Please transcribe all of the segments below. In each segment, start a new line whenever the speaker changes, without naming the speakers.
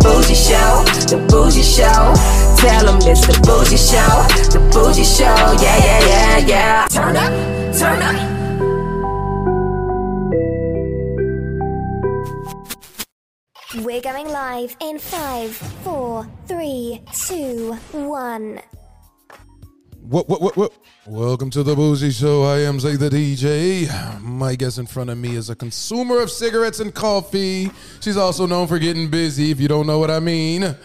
bougie show, the bougie show. Tell them it's the bougie show, the bougie show. Yeah, yeah, yeah, yeah. Turn up, turn up.
We're going live in five, four, three, two, one.
What, what, what, what? Welcome to the Boozy Show. I am Zay the DJ. My guest in front of me is a consumer of cigarettes and coffee. She's also known for getting busy, if you don't know what I mean.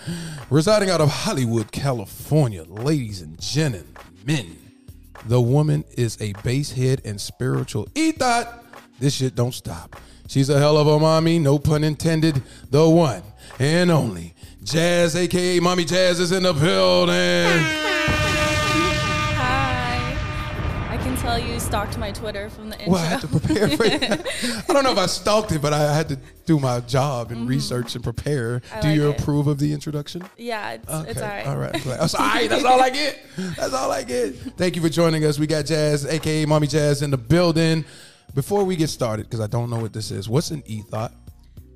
Residing out of Hollywood, California, ladies and gen- and men, the woman is a base head and spiritual ethot. This shit don't stop. She's a hell of a mommy, no pun intended. The one and only Jazz, aka Mommy Jazz, is in the building.
Hi. I can tell you stalked my Twitter from the intro.
Well, I had to prepare for it. I don't know if I stalked it, but I had to do my job and research and prepare.
Mm-hmm. I
do you
like it.
approve of the introduction?
yeah, it's, it's all right.
all right. I'm glad. That's all right. That's all I get. That's all I get. Thank you for joining us. We got Jazz, aka Mommy Jazz, in the building. Before we get started, because I don't know what this is, what's an e thought?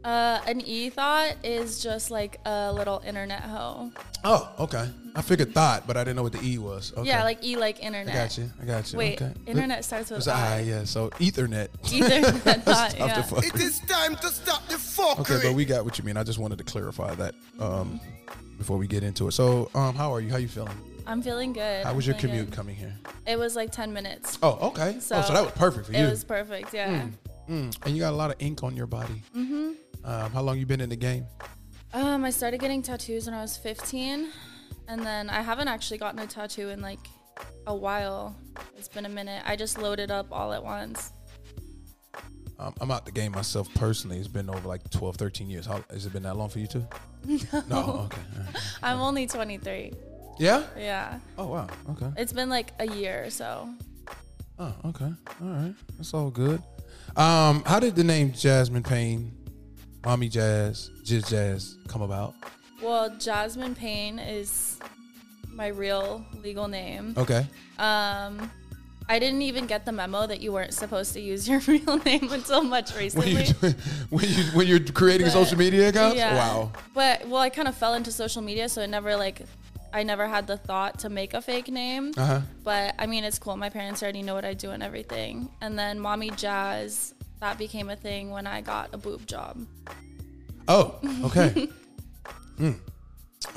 Uh, an e thought is just like a little internet hoe.
Oh, okay. I figured thought, but I didn't know what the e was. Okay.
Yeah, like e like
I
internet.
got you. I got you.
Wait,
okay.
internet starts
It's
with
a I,
i.
yeah. So Ethernet.
Ethernet thought.
Stop the
yeah.
fuck.
It is time to stop the fuckery.
Okay, but we got what you mean. I just wanted to clarify that um, before we get into it. So, um, how are you? How you feeling?
I'm feeling good.
How
I'm
was your
feeling
commute
good.
coming here?
It was like 10 minutes.
Oh, okay. oh, so that was perfect for
It
you.
was perfect. Yeah.
Mm, and you got a lot of ink on your body. Mm-hmm. Um, how long you been in the game? Hmm.
Um, I started getting tattoos when I was 15, and then I haven't actually gotten a tattoo in like a while. It's been a minute. I just loaded up all at once.
Um, I'm out the game myself personally. It's been over like 12, 13 years. How, has it been that long for you too? No. Okay. all right.
I'm only 23.
Yeah.
Yeah.
Oh wow. Okay.
It's been like a year or so.
Oh okay. All right. That's all good. Um, how did the name Jasmine Payne, Mommy Jazz, Jiz Jazz come about?
Well, Jasmine Payne is my real legal name.
Okay.
Um, I didn't even get the memo that you weren't supposed to use your real name until much
when you
recently.
when you when you're creating
But-
social media accounts.
Yeah.
Wow.
But well, I kind of fell into social media, so it never like I never had the thought to make a fake name.
Uh huh.
But I mean, it's cool. My parents already know what I do and everything. And then Mommy Jazz, that became a thing when I got a boob job.
Oh. Okay. Mm.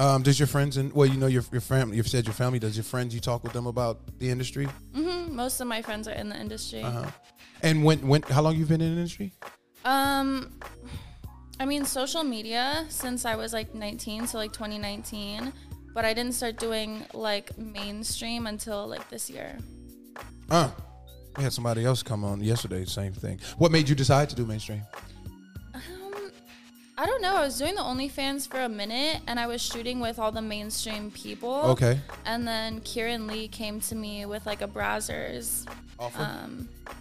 Um, does your friends and well, you know your your family. You've said your family. Does your friends you talk with them about the industry?
Most of my friends are in the industry.
Uh-huh. And when when how long you've been in the industry?
Um, I mean, social media since I was like 19, so like 2019. But I didn't start doing like mainstream until like this year.
Uh. We had somebody else come on yesterday. Same thing. What made you decide to do mainstream?
I don't know. I was doing the OnlyFans for a minute, and I was shooting with all the mainstream people.
Okay.
And then Kieran Lee came to me with like a Brazzers,
Offer
Uh,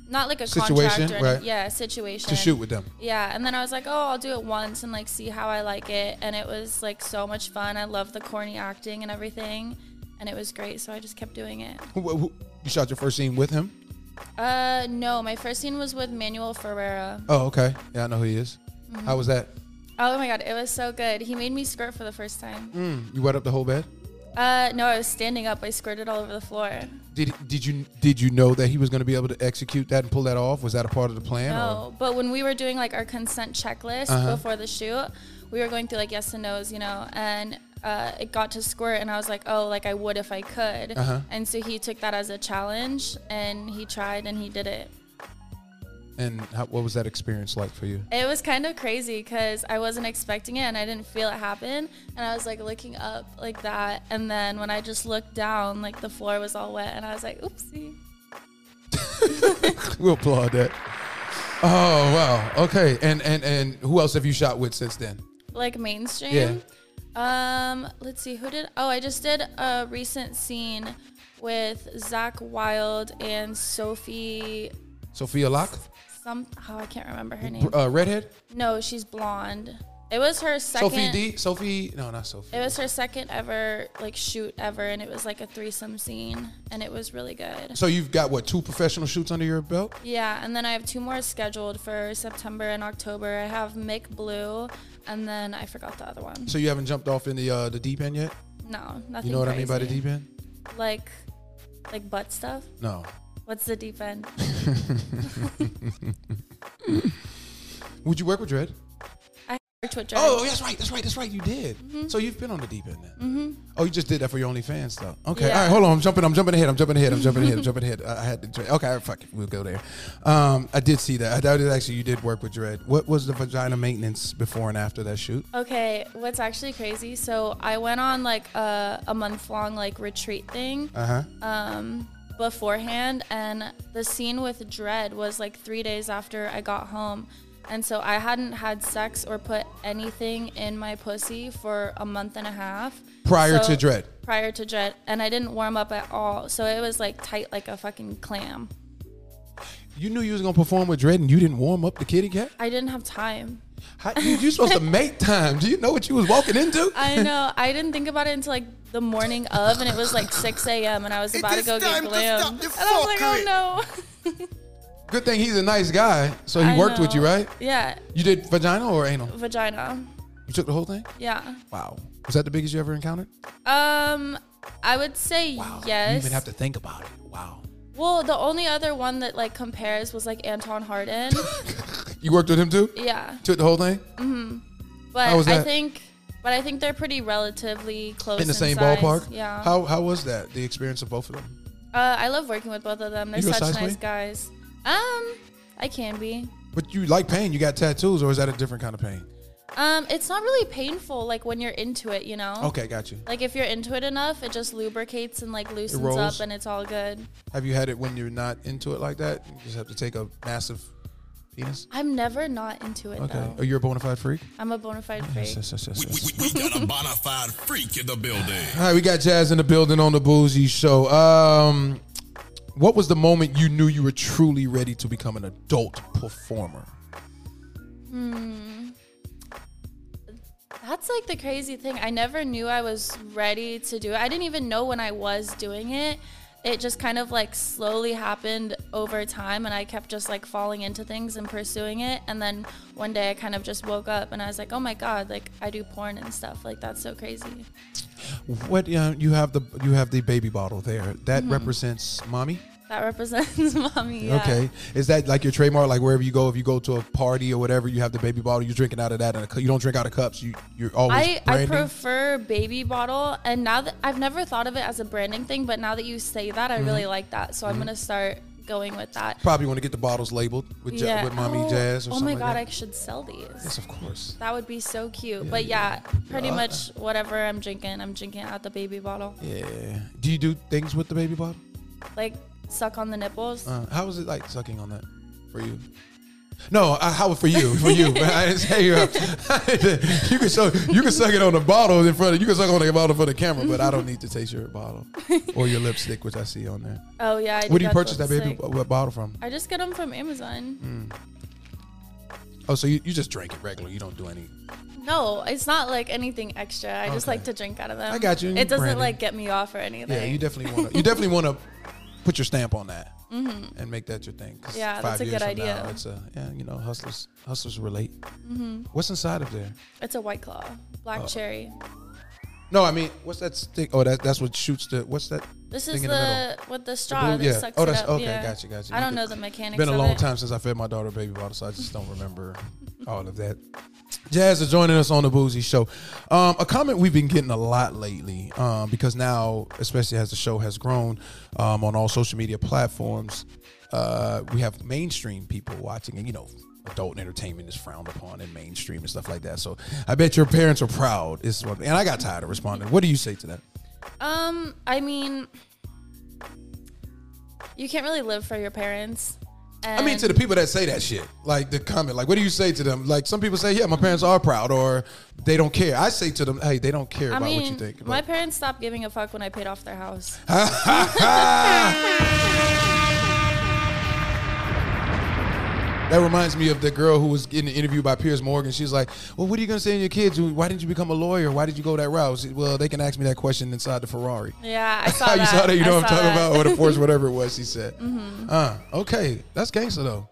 not like a
Situation,
contract or
right.
any- yeah, situation
to shoot with them.
Yeah, and then I was like, oh, I'll do it once and like see how I like it, and it was like so much fun. I love the corny acting and everything, and it was great. So I just kept doing it.
Who, who, you shot your first scene with him?
Uh, no, my first scene was with Manuel Ferreira.
Oh, okay. Yeah, I know who he is.
Mm-hmm.
How was that?
Oh my god, it was so good. He made me squirt for the first time.
Mm, you wet up the whole bed.
Uh, no, I was standing up. I squirted all over the floor.
Did did you did you know that he was going to be able to execute that and pull that off? Was that a part of the plan?
No, but when we were doing like our consent checklist before the shoot, we were going through like yes and nos, you know, and uh, it got to squirt, and I was like, oh, like I would if I could, and so he took that as a challenge, and he tried and he did it.
Or, and how, what was that experience like for you?
It was kind of crazy because I wasn't expecting it and I didn't feel it happen, and I was like looking up like that, and then when I just looked down, like the floor was all wet, and I was like, oopsie.
We'll applaud that. Oh wow. Okay. And and and who else have you shot with since then?
like mainstream.
Yeah.
Um, let's see, who did? Oh, I just did a recent scene with Zach Wild and Sophie.
Sophia Locke,
Some oh, I can't remember her name.
Br- uh, redhead.
No, she's blonde. It was her second.
Sophie D. Sophie. No, not Sophie.
It was her second ever like shoot ever, and it was like a threesome scene, and it was really good.
So you've got what two professional shoots under your belt?
Yeah, and then I have two more scheduled for September and October. I have Mick Blue and then I forgot the other one.
So you haven't jumped off in the uh, the deep end yet?
No, nothing.
You know what I mean by the
crazy.
deep end?
Like, like butt stuff.
No.
What's the deep end?
Would you work with Dread?
I worked with Drake.
Oh, that's right. That's right. That's right. You did.
Mm-hmm.
So you've been on the deep end then. Oh, you just did that for your OnlyFans stuff. Okay.
Yeah.
All right. Hold on. I'm jumping. I'm jumping ahead. I'm jumping ahead. I'm jumping ahead. I'm jumping ahead. I I had to. Dread. Okay. Fuck it. We'll go there. Um, I did see that. I doubt it. Actually, you did work with Dread. What was the vagina maintenance before and after that shoot?
Okay, what's actually crazy? So I went on like a, a month long like retreat thing
Uh huh.
um, beforehand, and the scene with Dread was like three days after I got home, and so I hadn't had sex or put anything in my pussy for a month and a half
Prior
So-
to Dread.
Prior to Dread, and I didn't warm up at all, so it was like tight like a fucking clam.
You knew you was gonna perform with Dread and you didn't warm up the kitty cat.
I didn't have time.
How, you, you supposed to make time. Do you know what you was walking into?
I know. I didn't think about it until like the morning of, and it was like 6 a.m. and I was
It
about to
is
go get
time to
glam.
stop
And
the
I was like,
fuckery.
oh no.
Good thing he's a nice guy, so he
I
worked with
know.
you, right?
Yeah,
You did vagina or anal?
vagina.
You took the whole thing.
Yeah.
Wow. Was that the biggest you ever encountered?
Um, I would say
You
yes.
even have to think about it. Wow.
well, the only other one that like compares was like Anton Harden.
You worked with him too?
yeah,
Took the whole thing?
but
How was
I
that?
think, but I think they're pretty relatively close
In the same
size.
ballpark?
Yeah.
How how was that? The experience of both of them?
Uh, I love working with both of them. They're
You a
such
size
nice
queen?
guys. Um, I can be.
But you like pain, you got tattoos, or is that a different kind of pain?
Um, it's not really painful like when you're into it, you know.
Okay, got you.
Like if you're into it enough, it just lubricates and like loosens
rolls.
up, and it's all good.
Have you had it when you're not into it like that? You just have to take a massive penis?
I'm never not into it
Okay.
though.
Are you a bona fide freak?
I'm a bona fide
Yes,
freak.
yes, yes, yes.
we, we got a bona fide freak in the building.
All right, we got Jazz in the building on the Boozy Show. Um, what was the moment you knew you were truly ready to become an adult performer?
That's like the crazy thing. I never knew I was ready to do it. I didn't even know when I was doing it. It just kind of like slowly happened over time, and I kept just like falling into things and pursuing it. And then one day I kind of just woke up and I was like, oh my God, like I do porn and stuff. Like that's so crazy.
What uh, you have the you have the baby bottle there that represents mommy.
That represents mommy. Mm-hmm. Yeah.
Okay, is that like your trademark? Like wherever you go, if you go to a party or whatever, you have the baby bottle. You're drinking out of that, and a cu- you don't drink out of cups. You you're always
I, I
branding.
prefer baby bottle and now that I've never thought of it as a branding thing, but now that you say that I
Mm-hmm.
really like that. So I'm gonna start going with that.
Probably want to get the bottles labeled with ja- with mommy
oh,
jazz or
oh
something.
my
like
god,
that.
I should sell these.
yes, of course.
That would be so cute. but yeah, pretty much whatever I'm drinking, I'm drinking out the baby bottle.
Yeah. Do you do things with the baby bottle?
Like suck on the nipples.
Uh, how was it like sucking on that for you? No, I, how for you? For you, I didn't say you. you can suck. You can suck it on the bottle in front of. You can suck on the bottle for the camera, but I don't need to taste your bottle or your lipstick, which I see on there.
oh yeah. I
Where do you
got
purchase that
those,
baby
like-
bo- Mm. what bottle from?
I just get them from Amazon.
Oh, so you, you just drink it regular. You don't do any.
No, it's not like anything extra. I just
Okay.
like to drink out of them.
I got you,
It doesn't
Brandon.
like get me off or anything.
Yeah, you definitely want to. You definitely want to put your stamp on that and make that your thing. 'cause
Mm-hmm. Yeah,
five
that's a
years
good
from
idea. Mm-hmm.
Now, it's a yeah, you know, hustlers hustlers relate. What's inside of there?
It's a white claw, black
Oh.
cherry.
No, I mean, what's that stick? Oh, that that's what shoots the. What's that?
This
thing
is
in
the,
middle?
with the straw
blue-
that
yeah.
sucks
Oh,
it
that's-
up.
okay,
yeah.
gotcha, gotcha.
I
You
don't
could-
know the mechanics.
It's been a
of
long
it.
time since I fed my daughter baby bottle, so I just don't remember all of that. Jazz is joining us on the Boozy Show. Um, a comment we've been getting a lot lately, um, because now, especially as the show has grown um, on all social media platforms, uh, we have mainstream people watching, and you know, adult entertainment is frowned upon in mainstream and stuff like that. So I bet your parents are proud. Is what, and I got tired of responding. What do you say to that?
Um, I mean, you can't really live for your parents. And
I mean, to the people that say that shit, like the comment, like, what do you say to them? Like, some people say, yeah, my parents are proud, or they don't care. I say to them, hey, they don't care
I
about
mean,
what you think.
my
Like,
parents stopped giving a fuck when I paid off their house.
that reminds me of the girl who was getting interviewed by Piers Morgan. She's like, well, what are you going to say to your kids? Why didn't you become a lawyer? Why did you go that route? I said, well, they can ask me that question inside the Ferrari.
Yeah, I saw
How
that.
you saw that? You know
I
what I'm
saw
talking
that. Mm-hmm.
about? Or the Porsche, whatever it was, she said. Uh, okay, that's gangster, though.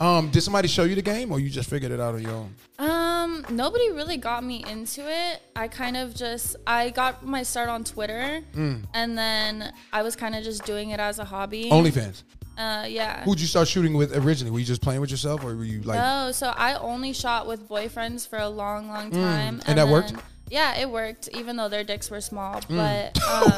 Um, did somebody show you the game, or you just figured it out on your own?
Um, Um, nobody really got me into it. I kind of just I got my start on Twitter,
Hmm.
and then I was kind of just doing it as a hobby.
OnlyFans.
uh, yeah.
Who'd you start shooting with originally? Were you just playing with yourself, or were you like?
No, Oh, so I only shot with boyfriends for a long, long time,
Mm. And that worked? Mm.
then- Yeah, it worked, even though their dicks were small. But um,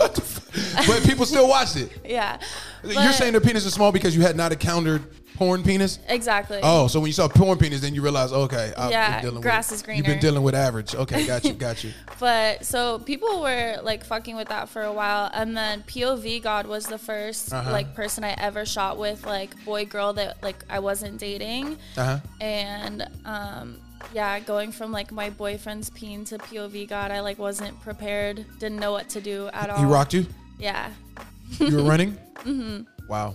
But people still watched it.
yeah,
You're
But-
saying their penis is small because you had not encountered porn penis.
exactly.
Oh, so when you saw porn penis, then you realize, okay, I've
Yeah,
been dealing
grass
with,
is
You've been
greener.
dealing with average. Okay, got you, got you.
But so people were like fucking with that for a while, and then POV God was the 1st
Uh-huh.
like person I ever shot with like boy girl that like I wasn't dating,
Uh huh.
and um yeah, going from like my boyfriend's peen to POV God, I like wasn't prepared, didn't know what to do at all.
He rocked you.
Yeah,
You were running. mm-hmm. Wow.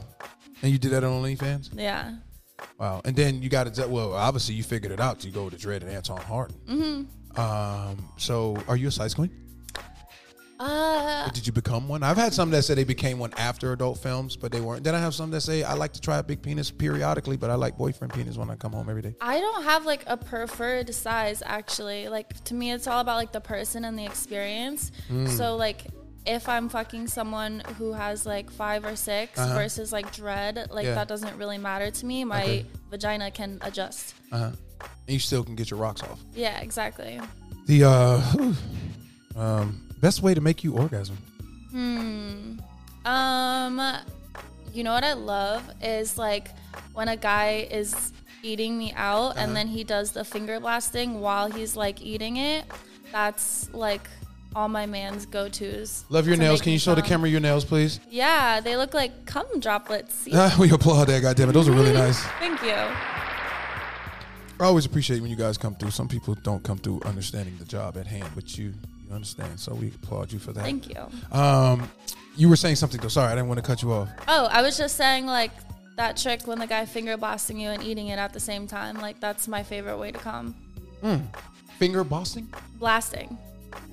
And you did that on OnlyFans.
yeah,
Wow. And then you got it. Well, obviously you figured it out. You go to Dread and Anton Harden. Mm-hmm. Um. So, are you a size queen?
uh,
Or did you become one? I've had some that say they became one after adult films, but they weren't. Then I have some that say I like to try a big penis periodically, but I like boyfriend penis when I come home every day.
I don't have like a preferred size actually. Like to me, it's all about like the person and the experience.
Mm.
So like if I'm fucking someone who has like five or 6 versus like dread, like
Uh-huh. Yeah.
that doesn't really matter to me. My
Okay.
vagina can adjust.
And you still can get your rocks off.
Yeah, exactly.
The uh, um, best way to make you orgasm.
Um, you know what I love is like when a guy is eating me out
Uh-huh.
and then he does the finger blasting while he's like eating it. That's like all my man's go tos.
Love your nails. Can you show the camera your nails, please?
Yeah, they look like cum droplets.
Ah, we applaud that. Goddamn it, those are really nice.
Thank you.
I always appreciate when you guys come through. Some people don't come through understanding the job at hand, but you you understand. So we applaud you for that.
Thank you.
Um, you were saying something though. Sorry, I didn't want to cut you off.
Oh, I was just saying like that trick when the guy finger blasting you and eating it at the same time. Like that's my favorite way to come.
Finger bossing
Blasting.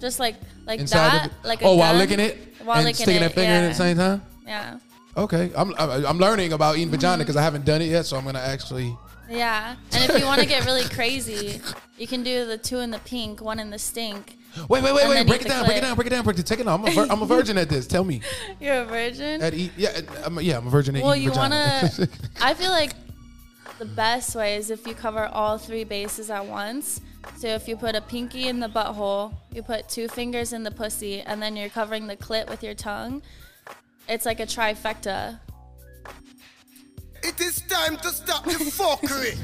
Just like like
inside
that.
of it.
Like a
oh, while
gun.
licking it
While
and
licking
sticking that
it,
finger in
yeah.
at the same time.
Yeah.
Okay, I'm I'm I'm learning about eating vagina
Mm-hmm.
because I haven't done it yet, so I'm gonna actually.
Yeah. And if you want to get really crazy, you can do the two in the pink, one in the stink.
Wait, wait, wait,
And
wait!
then
Break
eat
it
the
down, break it
clit.
down, break it down, break it. Take it. out. I'm a vir- I'm a virgin at this. Tell me,
You're a virgin?
at eat, yeah, I'm a, yeah, I'm a virgin at
Well,
eating
you want
vagina.
to. I feel like the best way is if you cover all three bases at once. So if you put a pinky in the butthole, you put two fingers in the pussy, and then you're covering the clit with your tongue. It's like a trifecta.
It is time to stop the fuckery.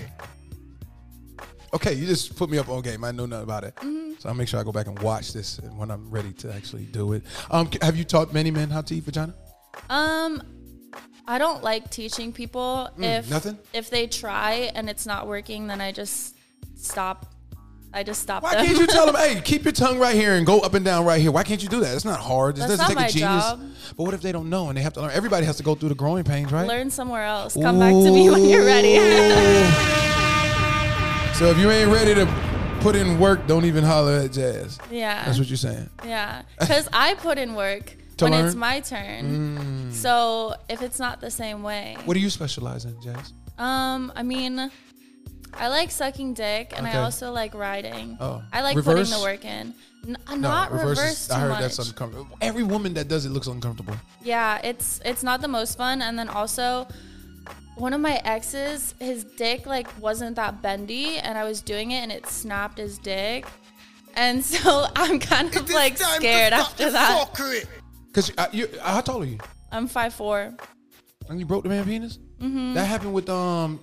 okay, you just put me up on game. I know nothing about it,
Mm-hmm.
so I'll make sure I go back and watch this when I'm ready to actually do it. Um, c- have you taught many men how to eat vagina?
Um, I don't like teaching people if
Hmm, nothing?
if they try and it's not working, then I just stop. I just stop
Why
them.
can't you tell them, hey, keep your tongue right here and go up and down right here? Why can't you do that? It's not hard. It
That's
doesn't
not
take a
my
genius.
job.
But what if they don't know and they have to learn? Everybody has to go through the growing pains, right?
Learn somewhere else. Come back to me when you're ready.
so if you ain't ready to put in work, don't even holler at Jazz.
yeah.
That's what you're saying.
Yeah, because I put in work
To
when it's
learn? Hmm.
my turn. So if it's not the same way,
What do you specialize in, Jazz?
um, I mean, I like sucking dick, and
Okay.
I also like riding.
Oh.
I like
Reverse?
putting the work in. N- uh, not reverse,
is-
too
I heard
much.
that's uncomfortable. Every woman that does it looks uncomfortable.
yeah, it's it's not the most fun, and then also. One of my exes, his dick like wasn't that bendy, and I was doing it, and it snapped his dick, and so I'm kind
It
of
is
like
time
scared
to stop
after
the
that.
fuckery.
Because you, how tall are you?
I'm five four.
And you broke the man penis? Mm-hmm. That happened with um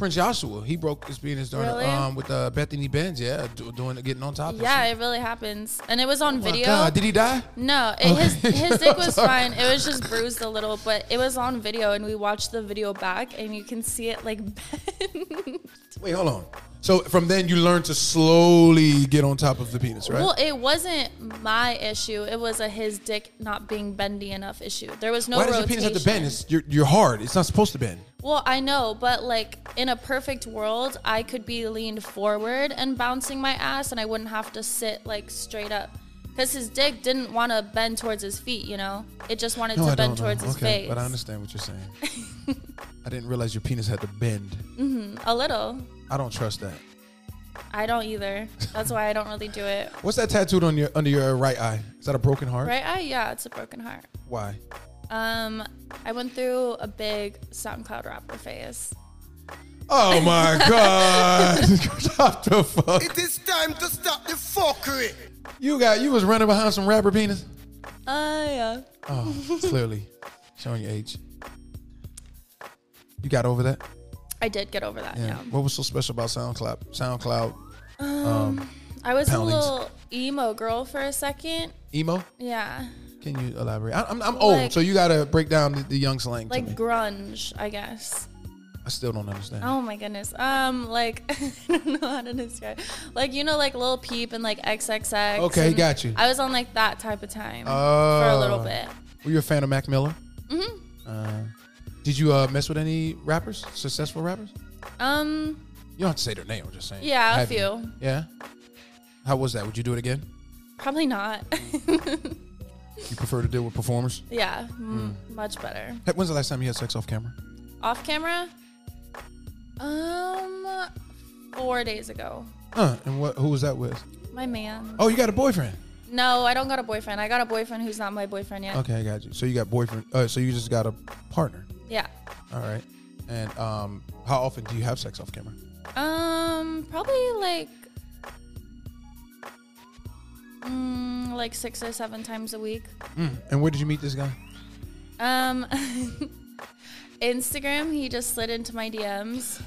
Prince Joshua. He broke his penis during
Really?
um with uh, Bethany Benz. Yeah, do- doing getting on top. of
Yeah,
shit.
it really happens, and it was on
Oh My
video.
God, did he die?
no, it, his his dick was
Sorry.
fine. It was just bruised a little, but it was on video, and we watched the video back, and you can see it like bend.
Wait, hold on. So from then you learn to slowly get on top of the penis, right?
Well, it wasn't my issue. It was a his dick not being bendy enough issue. There was no
Why does your
rotation.
penis have to bend? It's you're, you're hard. It's not supposed to bend.
Well, I know, but like in a perfect world, I could be leaned forward and bouncing my ass, and I wouldn't have to sit like straight up. Because his dick didn't want to bend towards his feet, you know? It just wanted to bend towards his
okay,
face.
but I understand what you're saying. I didn't realize your penis had to bend.
A little.
I don't trust that.
I don't either. That's why I don't really do it.
What's that tattooed on your under your right eye? Is that a broken heart?
Right eye, yeah, it's a broken heart.
Why?
Um, I went through a big SoundCloud rapper phase.
Oh my god! Stop the fuck!
It is time to stop the fuckery.
You got you was running behind some rapper penis.
Uh, yeah.
Oh, clearly showing your age. You got over that.
I did get over that. Yeah.
What was so special about SoundCloud? SoundCloud
I was
Poundings.
a little emo girl for a second.
emo.
Yeah.
Can you elaborate? I, am I'm old,
Like-
so you gotta break down the, the young slang.
Like
to me.
grunge, I guess.
I still don't understand.
Oh my goodness. Um, like I don't know how to describe. Like you know, like Lil Peep and like XXX.
Okay,
and
got you.
I was on like that type of time for a
Oh.
little bit.
Were you a fan of Mac Miller? Mm-hmm. Uh, did you uh, mess with any rappers, successful rappers?
Um,
You don't have to say their name. I'm just saying.
Yeah, a
Have you?
few.
Yeah. How was that? Would you do it again?
probably not.
You prefer to deal with performers?
yeah, m-
Hmm.
much better
Hey, When's the last time you had sex off camera?
off camera. Um, four days ago,
Huh? And what? Who was that with?
my man.
Oh, you got a boyfriend.
No, I don't got a boyfriend. I got a boyfriend who's not my boyfriend yet.
Okay, I got you. So you got boyfriend. Uh, so you just got a partner.
Yeah.
All right. And um, how often do you have sex off camera?
Um, probably like. mm, Like six or seven times a week.
And where did you meet this guy?
Um, Instagram, he just slid into my DMs.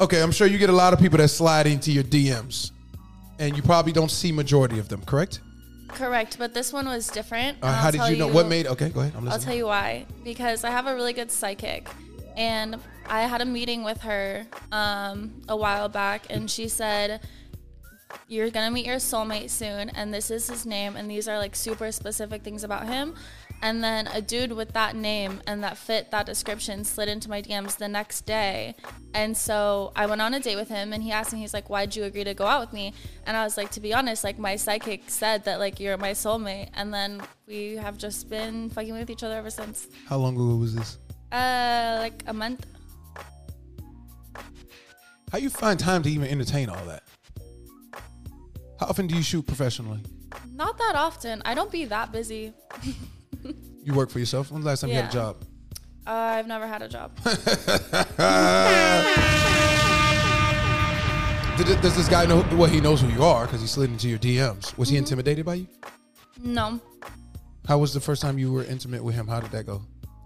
Okay, I'm sure you get a lot of people that slide into your DMs, and you probably don't see majority of them. Correct?
Correct, but this one was different.
Uh,
and
how
I'll
did
tell
you know? What made? Okay, go ahead. I'm listening.
I'll tell you why. Because I have a really good psychic, and I had a meeting with her um, a while back, and she said, "You're gonna meet your soulmate soon, and this is his name, and these are like super specific things about him." And then a dude with that name and that fit that description slid into my DMs the next day, and so I went on a date with him, and he asked me, he's like, "Why'd you agree to go out with me?" And I was like, "To be honest, like my psychic said that like you're my soulmate," and then we have just been fucking with each other ever since.
How long ago was this?
Uh, like a month.
How you find time to even entertain all that? How often do you shoot professionally?
Not that often. I don't be that busy.
You work for yourself. When's the last time you had a
Yeah.
job?
Uh, I've never had a job.
Did, it- does this guy know? Well, he knows who you are because he slid into your DMs. Was he
Mm-hmm.
intimidated by you?
no,
How was the first time you were intimate with him? How did that go?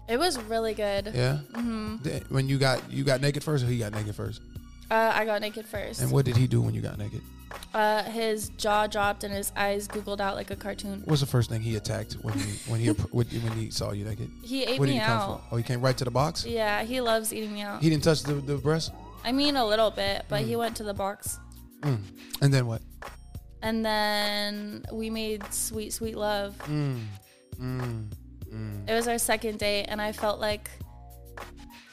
it was really good.
Yeah.
Mm-hmm.
Th- When you got you got naked first, or he got naked first?
Uh, I got naked first.
And what did he do when you got naked?
Uh, his jaw dropped and his eyes googled out like a cartoon.
What's the first thing he attacked when he when he appro- when when he saw you naked?
He ate
Where did
me
he come
out.
from? Oh, he came right to the box.
Yeah, he loves eating me out.
He Mm. didn't touch the, the breast.
I mean, a little bit, but he went to the box.
And then what?
And then we made sweet, sweet love.
Mm.
It was our second date, and I felt like.
Oh,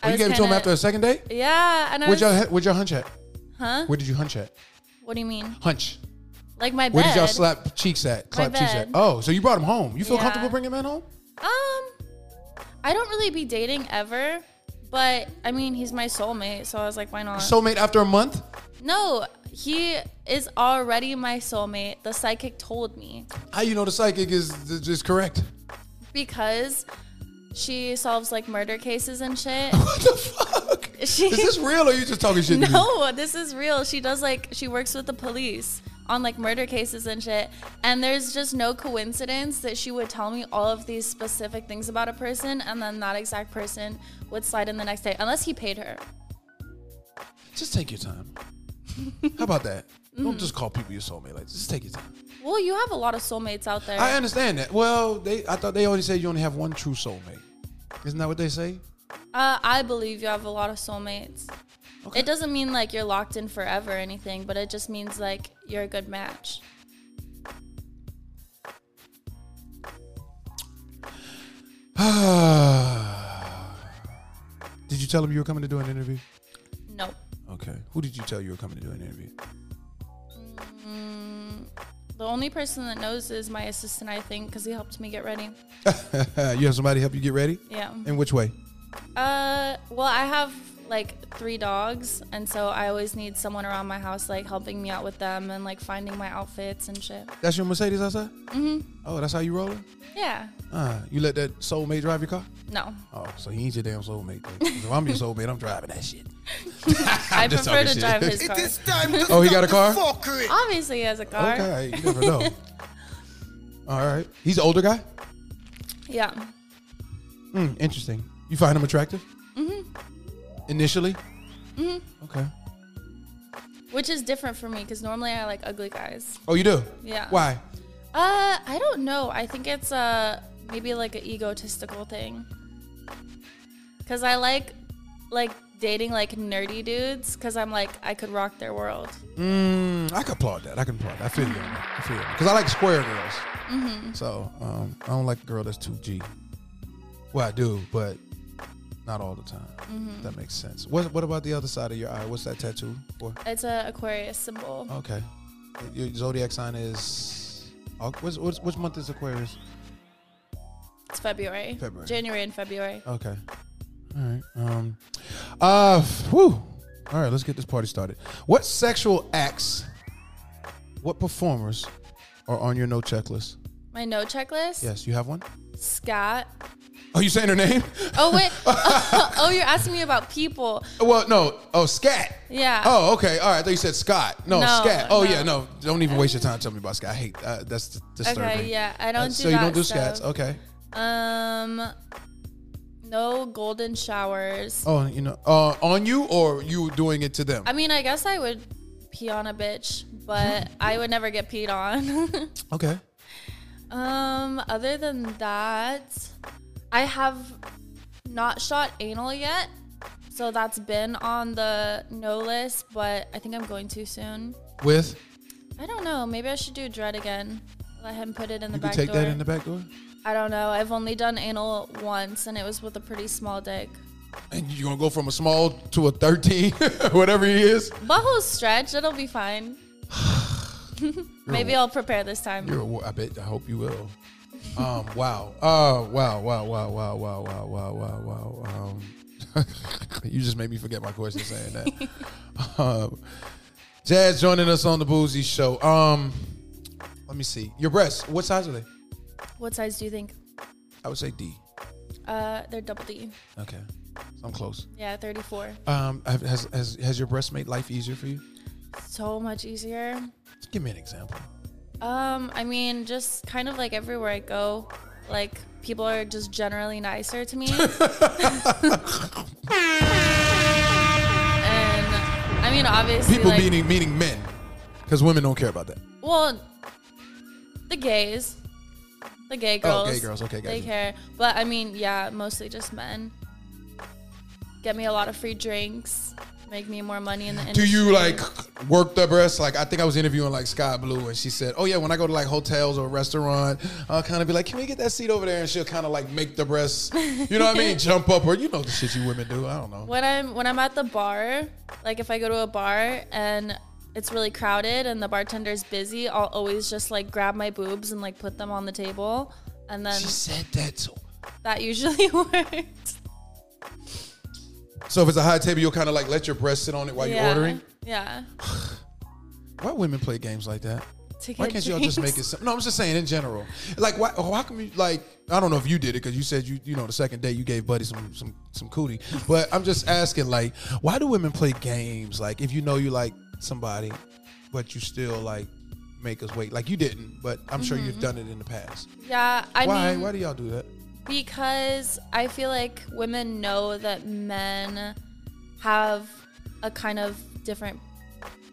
you
was
gave it to him
kinda-
after a second date.
Yeah, and I
Where'd
was.
y'all, he- where'd y'all hunch at?
huh?
Where did you hunch at?
What do you mean?
Hunch.
Like my bed.
Where did y'all slap cheeks at?
My
Clap cheeks at.
bed.
Oh, so you brought him home. You feel
Yeah.
comfortable bringing men home?
Um, I don't really be dating ever, but I mean, he's my soulmate, so I was like, why not?
Soulmate after a month?
no, he is already my soulmate. The psychic told me
How you know the psychic is is is correct?
because she solves like murder cases and shit.
What the fuck?
She-
is this real or you just talking shit? to me?
No, this is real. She does like she works with the police on like murder cases and shit. And there's just no coincidence that she would tell me all of these specific things about a person and then that exact person would slide in the next day unless he paid her.
Just take your time. How about that? Don't just call people your soulmate. Like, just take your time.
Well, you have a lot of soulmates out there.
I understand that. Well, they I thought they always said you only have one true soulmate. Isn't that what they say?
uh, I believe you have a lot of soulmates. It doesn't mean like you're locked in forever or anything, but it just means like you're a good match.
did you tell them you were coming to do an interview?
No.
Okay. Who did you tell you were coming to do an interview?
The only person that knows is my assistant, I think, because he helped me get ready.
Uh, you have somebody help you get ready?
Yeah.
In which way?
Uh, well, I have like three dogs, and so I always need someone around my house like helping me out with them and like finding my outfits and shit.
That's your Mercedes outside? Mm-hmm. Oh, that's how you rolling?
Yeah.
Uh, you let that soulmate drive your car?
No.
Oh, so he ain't your damn soulmate. then. if I'm your soulmate, I'm driving that shit.
I
just
prefer
talking
to
shit.
drive his
It
car.
is time to
Oh, he got a car?
stop the fuckery.
Obviously, he has a car.
Okay, you never know. All right. He's an older guy?
Yeah.
Hmm, interesting. You find him attractive? Mm-hmm. Initially? Mm-hmm. Okay.
Which is different for me because normally I like ugly guys.
Oh, you do?
Yeah.
Why?
Uh, I don't know. I think it's uh maybe like an egotistical thing. Cause I like like dating like nerdy dudes because I'm like I could rock their world.
Mm, I can applaud that. I can applaud that. I feel you. on that. I feel you. Because I like square girls. So um, I don't like a girl that's 2G. Well, I do, but not all the time. If That makes sense. What, what about the other side of your eye? What's that tattoo for?
It's a Aquarius symbol.
Okay. Your zodiac sign is. Aqu- What's, what's, which month is Aquarius?
It's February.
February.
January and February.
Okay. All right. Um. Uh. Whew. All right. Let's get this party started. What sexual acts? What performers are on your no checklist?
My no checklist.
Yes, you have one.
Scat.
Are you saying her name?
Oh wait. oh, you're asking me about people.
well, no. Oh, Scat.
Yeah.
Oh, okay. All right. I thought you said Scott. No,
No,
Scat. Oh,
no.
yeah. No, don't even waste your time telling me about Scat. I hate uh, that's disturbing.
Okay. Yeah. I don't
Uh,
do
so
that
you don't do
stuff.
Scats. Okay.
Um. No golden showers.
Oh, you know, uh, on you or you doing it to them?
I mean, I guess I would pee on a bitch, but I would never get peed on.
okay.
um, other than that, I have not shot anal yet. So that's been on the no list, but I think I'm going too soon.
With
I don't know. Maybe I should do dread again. Let him put it in the
you
back
can take
door.
that in the back door,
I don't know. I've only done anal once, and it was with a pretty small dick.
and you're gonna go from a small to a thirteen, whatever he is.
Butthole stretch. It'll be fine. Maybe I'll prepare this time.
You're. a wa- I bet. I hope you will. Um. Wow. Oh. Wow. Wow. Wow. Wow. Wow. Wow. Wow. Wow. Wow. Um, you just made me forget my question saying that. um, Jazz joining us on the Boozy Show. Um. Let me see. Your breasts. What size are they?
What size do you think?
I would say D.
Uh, they're double D.
Okay. So I'm close.
Yeah, 34.
Um. have- Has has has your breast made life easier for you?
So much easier.
Just give me an example.
Um, I mean, just kind of like everywhere I go, like people are just generally nicer to me. and I mean, obviously,
People
like,
meaning meaning men, because women don't care about that.
well, the gays, the gay
Oh,
girls,
gay girls, okay,
they
gotcha.
care. But I mean, yeah, mostly just men. Get me a lot of free drinks, make me more money in the
Do
industry.
you like work the breasts? Like I think I was interviewing like Sky Blue, and she said, "Oh yeah, when I go to like hotels or a restaurant, I'll kind of be like, can we get that seat over there?" And she'll kind of like make the breasts, you know what I mean, jump up or you know the shit you women do. I don't know.
when I'm when I'm at the bar, like if I go to a bar and it's really crowded and the bartender's busy, I'll always just like grab my boobs and like put them on the table, and then
She said that. So,
that usually works.
so if it's a high table, you'll kind of like let your breasts sit on it while
yeah.
you're ordering.
Yeah.
Why women play games like that?
To
Why
get
can't y'all just
drinks.
make it? Sim- no, I'm just saying in general. Like, why? Why come you like? I don't know if you did it because you said you you know the second day you gave Buddy some some some cootie. But I'm just asking, like, why do women play games? Like, if you know you like somebody, but you still like make us wait. Like you didn't, but I'm sure you've done it in the past.
Yeah. Mm-hmm. I
why?
mean,
why do y'all do that?
because I feel like women know that men have a kind of different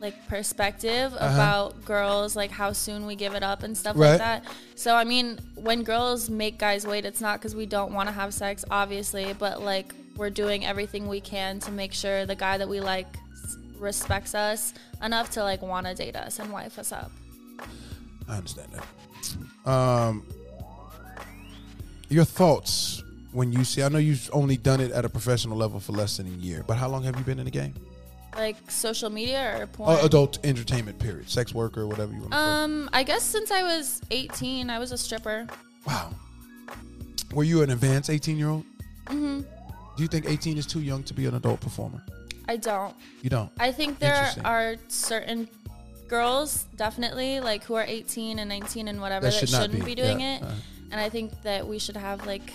like perspective about girls, like how soon we give it up and stuff
Right.
like that. So I mean, when girls make guys wait, it's not because we don't want to have sex, obviously, but like we're doing everything we can to make sure the guy that we like s- respects us enough to like want to date us and wife us up.
I understand that. Um, your thoughts when you see? I know you've only done it at a professional level for less than a year, but how long have you been in the game?
Like social media or porn.
Uh, adult entertainment period, sex worker, whatever you want. to call it.
Um, I guess since I was 18, I was a stripper.
Wow. Were you an advanced eighteen year old? Mm-hmm. Do you think 18 is too young to be an adult performer?
I don't.
You don't.
I think there
Interesting.
are certain girls definitely like who are 18 and 19 and whatever
That
that,
should not
shouldn't
be,
be, doing
yeah,
it.
uh-huh.
And I think that we should have like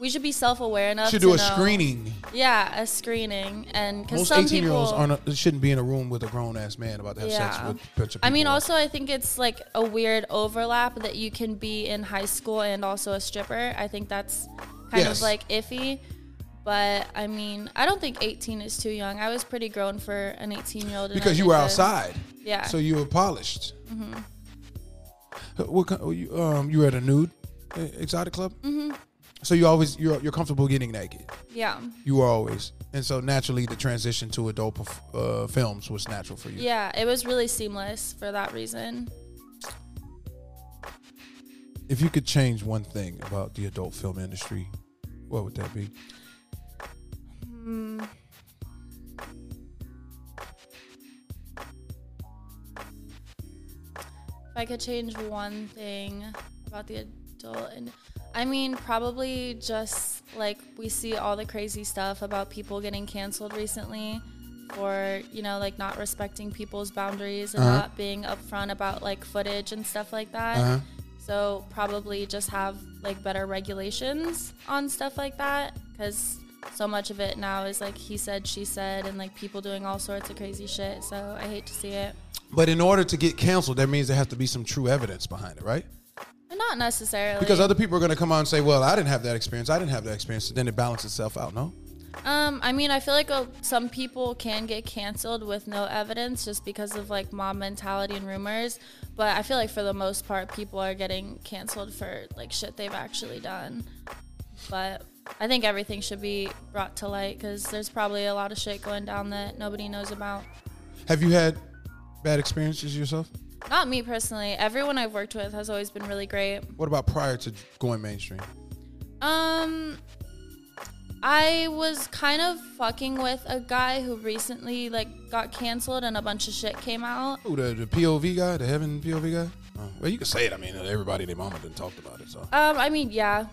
we should be self-aware enough
should
to
do a
know-
screening.
Yeah, a screening and cuz
Most
some
18
people
year olds aren't a, shouldn't be in a room with a grown ass man about to have sex with a bunch of
I mean,
people.
also, I think it's like a weird overlap that you can be in high school and also a stripper. I think that's kind
Yes.
of like iffy. But I mean, I don't think 18 is too young. I was pretty grown for an 18 year old.
because you were outside.
Yeah. Mm-hmm.
So you were polished. Uh, What kind, oh, you um you were at a nude uh, exotic club? Mm-hmm. So you always you're you're comfortable getting naked.
Yeah.
You were always, and so naturally the transition to adult perf- uh, films was natural for you.
Yeah. It was really seamless for that reason.
If you could change one thing about the adult film industry, what would that be?
If I could change one thing about the adult, and I mean, probably just like we see all the crazy stuff about people getting canceled recently for, you know, like not respecting people's boundaries and not being upfront about like footage and stuff like that. So, probably just have like better regulations on stuff like that because so much of it now is like he said, she said, and like people doing all sorts of crazy shit. So, I hate to see it.
But in order to get canceled, that means there has to be some true evidence behind it, right?
And Not necessarily.
Because other people are going to come out and say, "Well, I didn't have that experience. I didn't have that experience." Then it balances itself out, no?
Um, I mean, I feel like uh, some people can get canceled with no evidence just because of like mob mentality and rumors. But I feel like for the most part, people are getting canceled for like shit they've actually done. But I think everything should be brought to light because there's probably a lot of shit going down that nobody knows about.
Have you had bad experiences yourself?
Not me personally. Everyone I've worked with has always been really great.
What about prior to going mainstream?
Um, I was kind of fucking with a guy who recently like got canceled and a bunch of shit came out.
Who the, the POV guy, the Heaven POV guy? Oh, well, you can say it. I mean, everybody, their mama done talked about it. So
Um, I mean, yeah.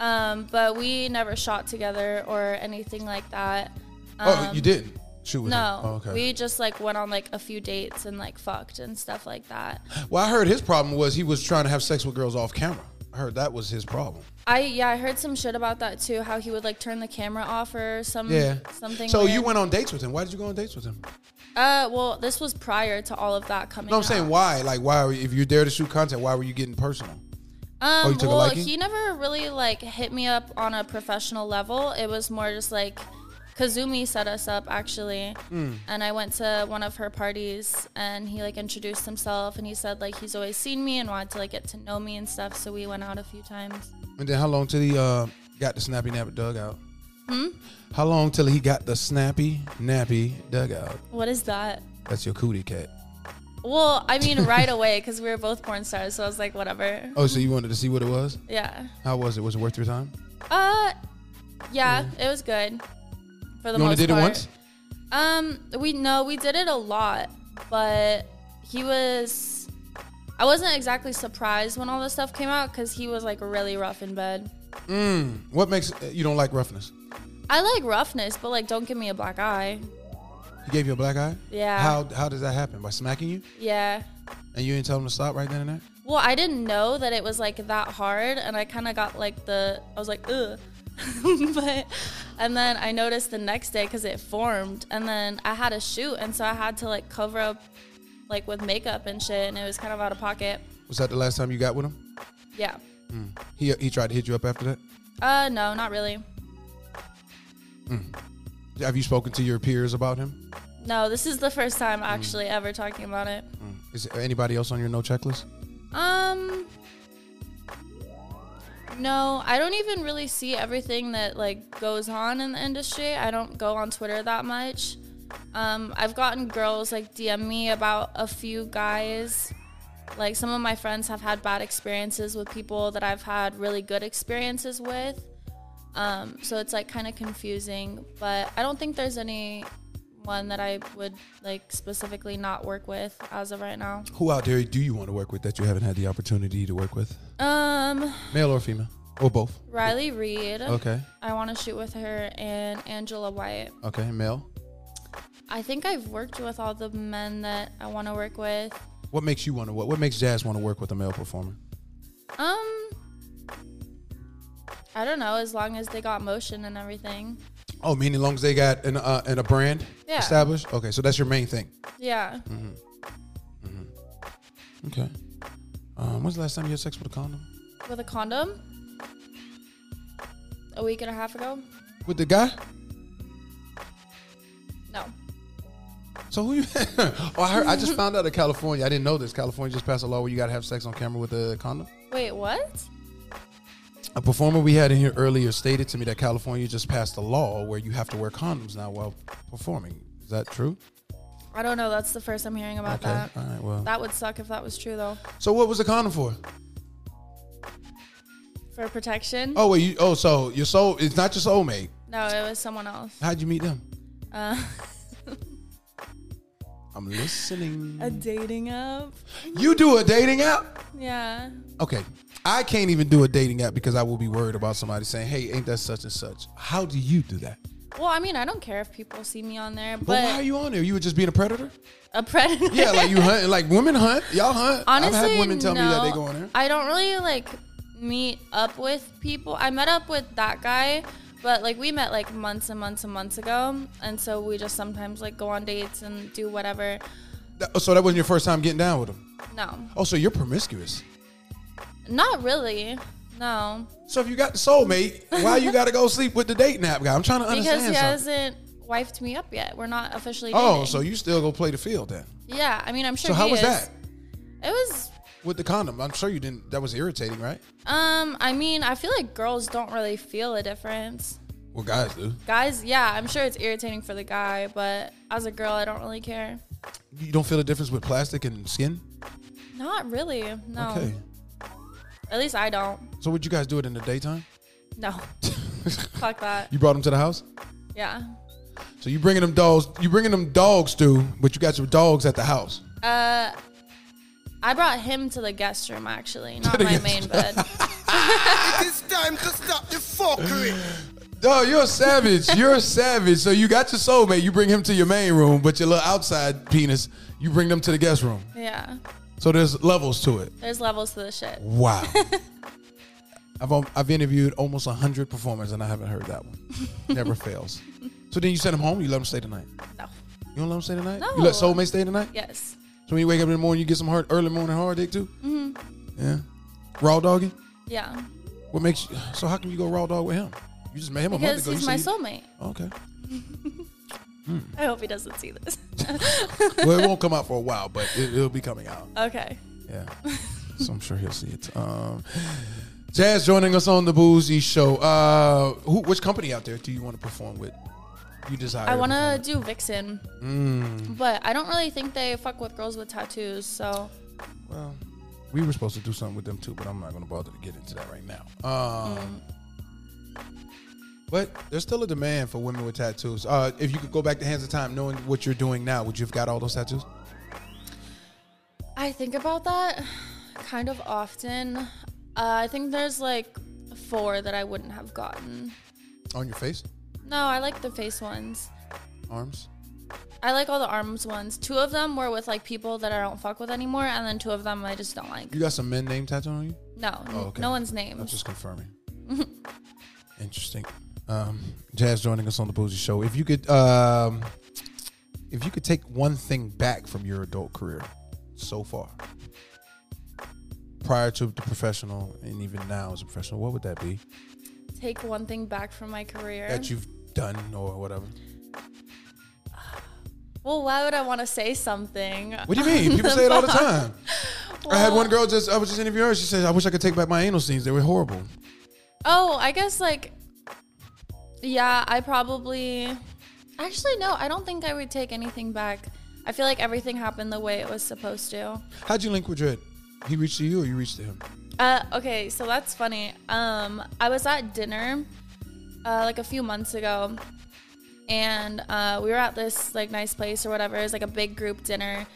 Um, but we never shot together or anything like that.
oh, you didn't shoot with
Um, No,
him? Oh, okay.
we just like went on like a few dates and like fucked and stuff like that.
well, I heard his problem was he was trying to have sex with girls off camera. I heard that was his problem.
I yeah, I heard some shit about that too. How he would like turn the camera off or some
Yeah.
Mm, something.
So you
weird.
went on dates with him. Why did you go on dates with him?
Uh, well, this was prior to all of that coming.
No, I'm
out.
saying why. Like, why? If you're there to shoot content, why were you getting personal?
Um,
Oh, you took a
well,
liking?
he never really like hit me up on a professional level. It was more just like Kazumi set us up actually,
Hmm.
and I went to one of her parties, and he like introduced himself, and he said like he's always seen me and wanted to like get to know me and stuff. So we went out a few times.
And then how long till he uh, got the snappy nappy dugout? Hmm? How long till he got the snappy nappy dugout?
What is that?
That's your cootie cat.
Well, I mean, right away because we were both porn stars, so I was like, whatever.
Oh, so you wanted to see what it was?
Yeah.
How was it? Was it worth your time?
Uh, yeah, it was good. For the
Hmm. You only
most
did
part.
it once?
Um, we no, we did it a lot, but he was. I wasn't exactly surprised when all this stuff came out because he was like really rough in bed.
What makes uh, you don't like roughness?
I like roughness, but like, don't give me a black eye.
He gave you a black eye?
Yeah.
How how does that happen? By smacking you?
Yeah.
And you didn't tell him to stop right then and there?
Well, I didn't know that it was like that hard, and I kind of got like the. I was like, ugh. but, and then I noticed the next day because it formed, and then I had a shoot, and so I had to like cover up, like with makeup and shit, and it was kind of out of pocket.
Was that the last time you got with him?
Yeah.
He he tried to hit you up after that?
Uh, no, not really.
Have you spoken to your peers about him?
No, this is the first time actually ever talking about it.
Is there anybody else on your no checklist?
Um, no, I don't even really see everything that like goes on in the industry. I don't go on Twitter that much. Um, I've gotten girls like DM me about a few guys. Like some of my friends have had bad experiences with people that I've had really good experiences with. Um, so it's like kind of confusing, but I don't think there's any one that I would like specifically not work with as of right now.
Who out there do you want to work with that you haven't had the opportunity to work with?
Um,
Male or female? or both?
Riley Reed.
Okay.
I want to shoot with her and Angela White.
Okay, male.
I think I've worked with all the men that I want to work with.
What makes you want to? What, what makes Jazz want to work with a male performer?
Um, I don't know. As long as they got motion and everything.
Oh, meaning as long as they got an uh, and a brand
Yeah.
established. Okay, so that's your main thing.
Yeah.
Mm. Okay. Um, when's the last time you had sex with a condom?
With a condom. A week and a half ago.
With the guy?
No.
So who you? oh, I, heard, I just found out in California. I didn't know this. California just passed a law where you got to have sex on camera with a condom.
Wait, what?
A performer we had in here earlier stated to me that California just passed a law where you have to wear condoms now while performing. Is that true?
I don't know. That's the first I'm hearing about
Okay.
that.
All right. Well.
That would suck if that was true though.
so what was the condom for?
For protection.
Oh wait. You, oh, so your soul? It's not your soulmate.
No, it was someone else.
How'd you meet them?
Uh,
I'm listening.
a dating app.
You do a dating app?
Yeah.
Okay. I can't even do a dating app because I will be worried about somebody saying, "Hey, ain't that such and such?" How do you do that?
Well, I mean, I don't care if people see me on there,
But why are
but
you on there? You were just being a predator?
a predator.
Yeah, like you hunt, like women hunt. Y'all hunt.
Honestly,
I've had women tell me that they
no.
go on there.
I don't really like meet up with people. I met up with that guy, but like we met like months and months and months ago, and so we just sometimes like go on dates and do whatever.
That- so that wasn't your first time getting down with them.
No,
Oh, so you're promiscuous.
not really. No,
So if you got the soulmate, why you got to go sleep with the dating app guy? I'm trying to understand
because he
something.
hasn't wifed me up yet. We're not officially.
Oh,
dating.
so you still go play the field then?
yeah. I mean, I'm sure.
so how
he
was
is.
that
It was.
with the condom? I'm sure you didn't. That was irritating, right?
Um, I mean, I feel like girls don't really feel a difference.
Well, guys do.
Guys, yeah, I'm sure it's irritating for the guy, but as a girl, I don't really care.
You don't feel the difference with plastic and skin?
Not really. No.
Okay.
At least I don't.
So would you guys do it in the daytime?
No. Fuck that.
You brought them to the house.
Yeah.
So you bringing them dogs? You bringing them dogs too? But you got your dogs at the house.
Uh, I brought him to the guest room actually, not
the
my
guest
main bed.
It is time to stop the fuckery.
No, you're a savage. You're a savage. So you got your soulmate. You bring him to your main room, but your little outside penis, you bring them to the guest room.
Yeah.
So there's levels to it.
There's levels to this shit.
Wow. I've al- I've interviewed almost hundred performers and I haven't heard that one. Never fails. So then you send them home. You let them stay tonight.
No.
You don't let them stay tonight.
No.
You let soulmate stay tonight.
Yes.
So when you wake up in the morning, you get some hard early morning hard dick too. Mm-hmm. Yeah. Raw dogging.
Yeah.
Oh, What makes you, so? How can you go raw dog with him? You just met him a month
Because
ago.
he's
you
my
say
soulmate.
you- Okay.
I hope he doesn't see this.
well, it won't come out for a while, but it, it'll be coming out.
okay.
Yeah. So I'm sure he'll see it. Um, Jazz joining us on the Boozy Show. Uh, who, which company out there do you want to perform with? You desire.
I want to
perform
do Vixen,
Mm.
but I don't really think they fuck with girls with tattoos. So
with? Well, we were supposed to do something with them too, but I'm not going to bother to get into that right now. Um, But there's still a demand for women with tattoos. Uh, if you could go back to hands of time, knowing what you're doing now, would you have got all those tattoos?
I think about that kind of often. Uh, I think there's like four that I wouldn't have gotten.
On your face,
No, I like the face ones.
arms.
I like all the arms ones. Two of them were with like people that I don't fuck with anymore, and then two of them I just don't like.
You got some men name tattooed on you?
No, n-
Oh, okay.
no one's
I'm
names.
just confirming. Interesting. Um, Jazz joining us on the Boozy Show. If you could, um, if you could take one thing back from your adult career so far, prior to the professional and even now as a professional, what would that be
Take one thing back from my career.
that you've done or whatever?
well, why would I want to say something?
What do you mean? People say it all the time. I had
Well-
one girl just I was just interviewing her. She said, "I wish I could take back my anal scenes. They were horrible."
Oh, I guess like, yeah, I probably. Actually, no, I don't think I would take anything back. I feel like everything happened the way it was supposed to.
How'd you link with Dredd? He reached to you, or you reached to him?
Uh, okay, so that's funny. Um, I was at dinner, uh, like a few months ago, and uh, we were at this like nice place or whatever. It was like a big group dinner,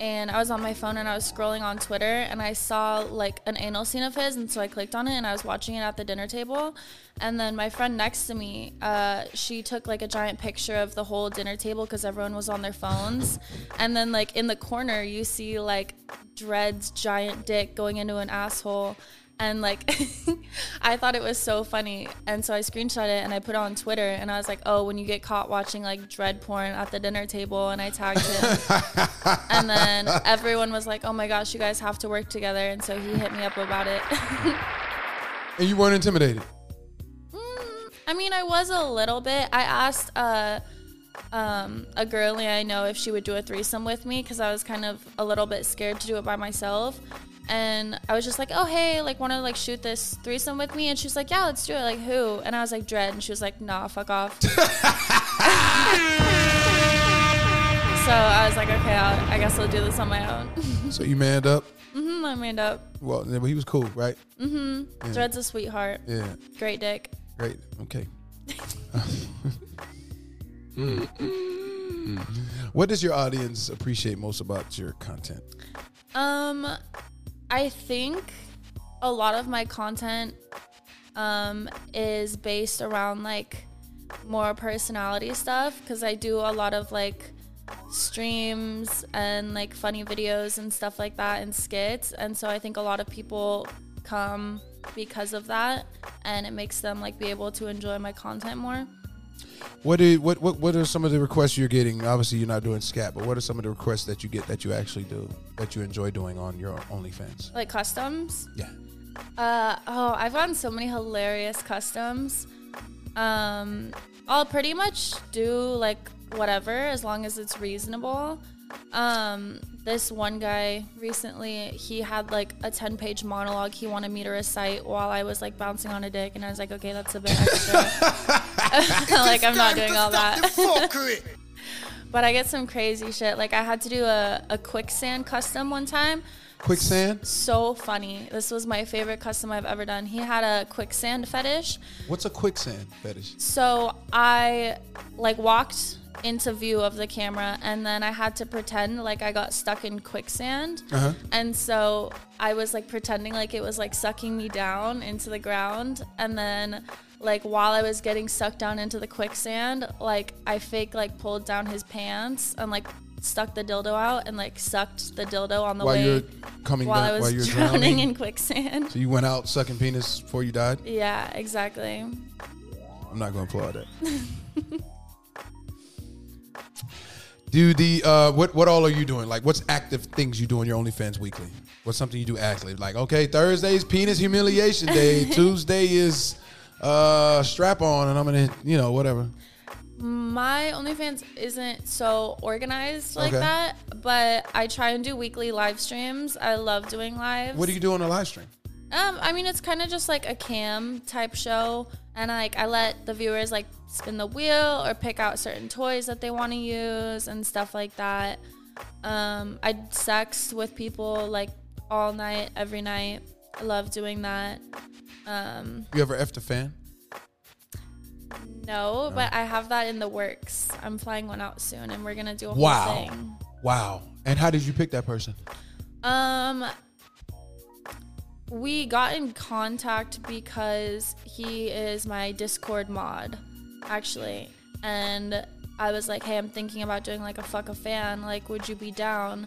and I was on my phone and I was scrolling on Twitter and I saw like an anal scene of his and so I clicked on it and I was watching it at the dinner table and then my friend next to me uh, she took like a giant picture of the whole dinner table because everyone was on their phones and then like in the corner you see like Dred's giant dick going into an asshole and like I thought it was so funny and so I screenshot it and I put it on Twitter and I was like oh when you get caught watching like dread porn at the dinner table and I tagged him and then everyone was like, "Oh my gosh, you guys have to work together." And so he hit me up about it.
And you weren't intimidated.
Mm, I mean, I was a little bit. I asked uh, um, a girlie I know if she would do a threesome with me because I was kind of a little bit scared to do it by myself. And I was just like, "Oh hey, like want to like shoot this threesome with me?" And she's like, "Yeah, let's do it." Like who? And I was like, "Dread." And she was like, "Nah, fuck off." so I was like, "Okay, I'll, I guess I'll do this on my own."
So you manned up.
Mm, I made up.
Well, yeah, but he was cool, right?
Thread's a sweetheart.
Yeah.
Great dick.
Great. Okay. What does your audience appreciate most about your content?
Um, I think a lot of my content um, is based around like more personality stuff because I do a lot of like streams and like funny videos and stuff like that and skits. And so I think a lot of people come because of that and it makes them like be able to enjoy my content more.
What do what what what are some of the requests you're getting? Obviously, you're not doing scat, but what are some of the requests that you get that you actually do that you enjoy doing on your OnlyFans?
Like customs.
Yeah.
Uh, oh, I've gotten so many hilarious customs. Um, I'll pretty much do like whatever as long as it's reasonable. Um, this one guy recently, he had like a 10 page monologue he wanted me to recite while I was like bouncing on a dick, and I was like, okay, that's a bit extra. like, I'm not doing all that
The fuckery.
but I get some crazy shit. Like I had to do a, a quicksand custom one time.
Quicksand.
So funny. This was my favorite custom I've ever done. He had a quicksand fetish.
What's a quicksand fetish?
So I like walked into view of the camera and then I had to pretend like I got stuck in quicksand.
Uh-huh.
And so I was like pretending like it was like sucking me down into the ground and then like while I was getting sucked down into the quicksand, like I fake like pulled down his pants and like stuck the dildo out and like sucked the dildo on the
While
way
you're coming
while
down,
I
while
was
you're
drowning,
drowning.
in quicksand.
so you went out sucking penis before you died.
Yeah, exactly.
I'm not going to applaud that. do the uh, what? What all are you doing? Like, what's active things you do on your OnlyFans weekly? What's something you do actively? Like, okay, Thursday's penis humiliation day. Tuesday is uh, strap on, and I'm gonna, you know, whatever.
My OnlyFans isn't so organized like
Okay.
that, but I try and do weekly live streams. I love doing lives.
What do you do on a live stream?
Um, I mean, it's kind of just like a cam type show, and like I let the viewers like spin the wheel or pick out certain toys that they want to use and stuff like that. Um, I sexed with people like all night, every night. I love doing that. Um,
You ever effed a fan?
no, but I have that in the works. I'm flying one out soon, and we're gonna do a whole
Wow,
thing.
wow. And how did you pick that person?
Um, we got in contact because he is my Discord mod, actually, and I was like, "Hey, I'm thinking about doing like a fuck a fan. Like, would you be down?"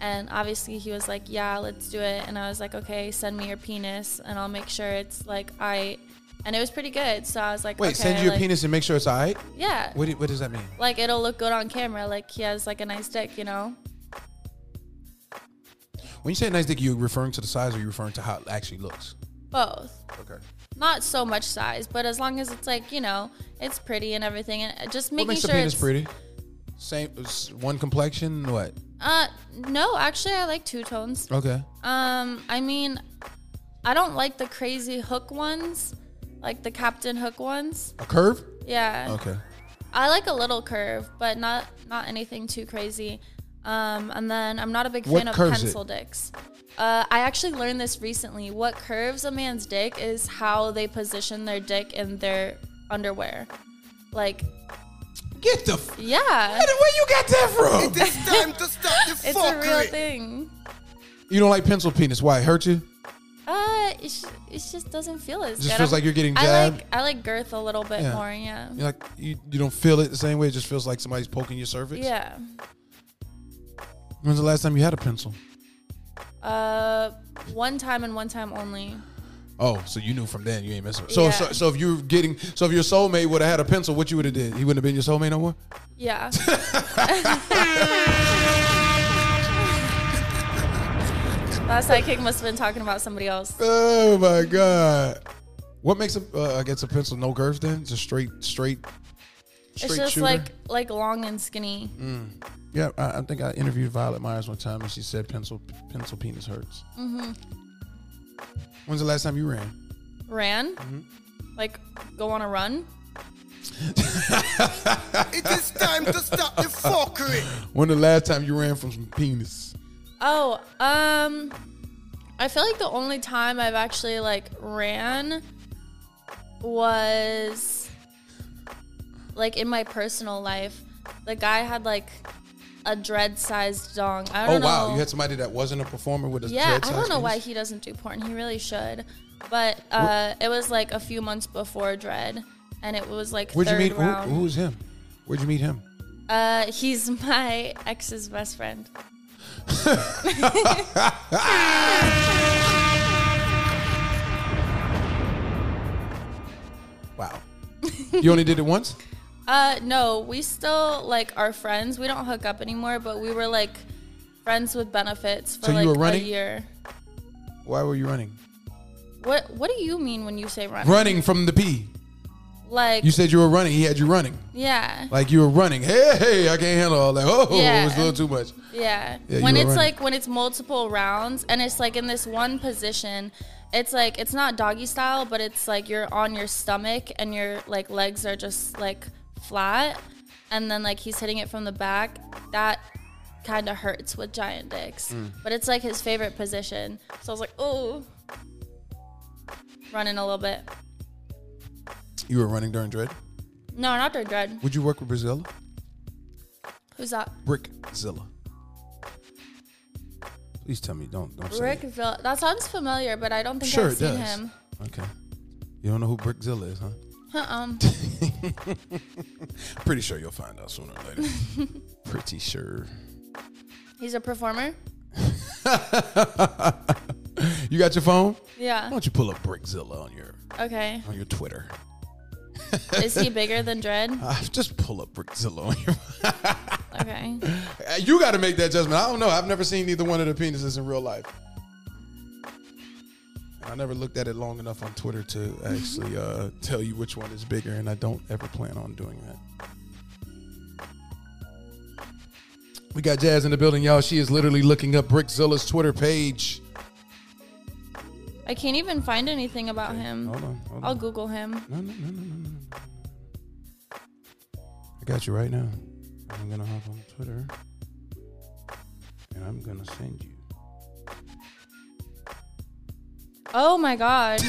And obviously, he was like, "Yeah, let's do it." And I was like, "Okay, send me your penis, and I'll make sure it's like I." And it was pretty good, so I was like,
Wait,
okay,
send you your
like-
penis and make sure it's all right.
Yeah,
What, do- what does that mean?
like it'll look good on camera. Like he has like a nice dick, you know."
When you say nice dick, you referring to the size, or you referring to how it actually looks?
Both.
Okay.
not so much size, but as long as it's like you know, it's pretty and everything, and just
What
making
makes
sure
a penis
it's
pretty? Same, s- one complexion. What?
Uh, no, actually, I like two tones.
Okay.
Um, I mean, I don't like the crazy hook ones, like the Captain Hook ones.
A curve.
Yeah,
Okay.
I like a little curve, but not not anything too crazy. Um, and then I'm not a big
What
fan of
curves
pencil
it?
dicks. Uh, I actually learned this recently. What curves a man's dick is how they position their dick in their underwear. Like
Get the. F-
Yeah.
Where you got that
It
from?
is time to stop the
It's a real
fuckery.
thing.
You don't like pencil penis. Why? It hurt you?
Uh, it, sh- it just doesn't feel as
Just
good.
feels like you're getting
I
jabbed?
like I like girth a little bit
Yeah.
more. Yeah.
You're like you, you don't feel it the same way. It just feels like somebody's poking your cervix.
Yeah.
When's the last time you had a pencil?
Uh, one time and one time only.
Oh, so you knew from then you ain't messing. With. So,
Yeah.
so so if you're getting so if your soulmate would have had a pencil, what you would have did? He wouldn't have been your soulmate no more.
Yeah. That sidekick must have been talking about somebody else.
Oh my god. What makes a uh, I guess a pencil no curve then? Just straight straight.
It's just
shooter? Mm-hmm.
like like long and skinny.
yeah. I, I think I interviewed Violet Myers one time and she said pencil pencil penis hurts. Mm-hmm. When's the last time you ran?
Ran,
Mm-hmm.
like go on a run.
It is time to stop the fuckery.
When the last time you ran from some penis?
Oh, um, I feel like the only time I've actually like ran was like in my personal life. The guy had like a dread-sized dong. I
Oh
don't know.
wow, you had somebody that wasn't a performer with a
yeah, I
dread-sized
don't know why
penis?
he doesn't do porn. He really should. But uh, it was like a few months before Dread, and it was like
Where'd you
third
meet? Who,
round.
who was him? Where'd you meet him?
Uh, he's my ex's best friend.
Wow. you only did it once?
Uh, no, we still like are friends. We don't hook up anymore, but we were like friends with benefits for
So you
like
were running?
a year.
Why were you running?
What What do you mean when you say run?
Running from the pee.
Like
You said you were running. He had you running.
yeah,
Like you were running. Hey, hey, I can't handle all that. Oh, it was a
Yeah.
little too much.
yeah.
Yeah, you
When
were
it's
running.
like when it's multiple rounds and it's like in this one position, it's like it's not doggy style, but it's like you're on your stomach and your like legs are just like flat, and then like he's hitting it from the back. That kind of hurts with giant dicks,
Mm.
but it's like his favorite position. So I was like, oh, running a little bit.
You were running during dread.
No, not during dread.
Would you work with Brazilla?
Who's that?
Brickzilla. Please tell me. Don't don't say
Rick
it.
Vill- That sounds familiar, but I don't think
Sure,
I've
it
seen
does.
him.
Okay. You don't know who Brickzilla is, huh?
Uh-uh.
Pretty sure you'll find out sooner or later. Pretty sure.
He's a performer.
You got your phone? Why
Yeah.
don't you pull up Brickzilla on your
Okay.
on your Twitter?
Is he bigger than Dread?
Uh, just pull up Brickzilla on your.
Okay.
Uh, You got to make that judgment. I don't know. I've never seen either one of the penises in real life. I never looked at it long enough on Twitter to actually uh, tell you which one is bigger, and I don't ever plan on doing that. We got Jazz in the building, y'all. She is literally looking up Brickzilla's Twitter page.
I can't even find anything about him.
Hold on. Hold
I'll
on.
Google him.
No, no, no, no, no, no. I got you right now. I'm gonna hop on Twitter, and I'm gonna send you.
Oh my god.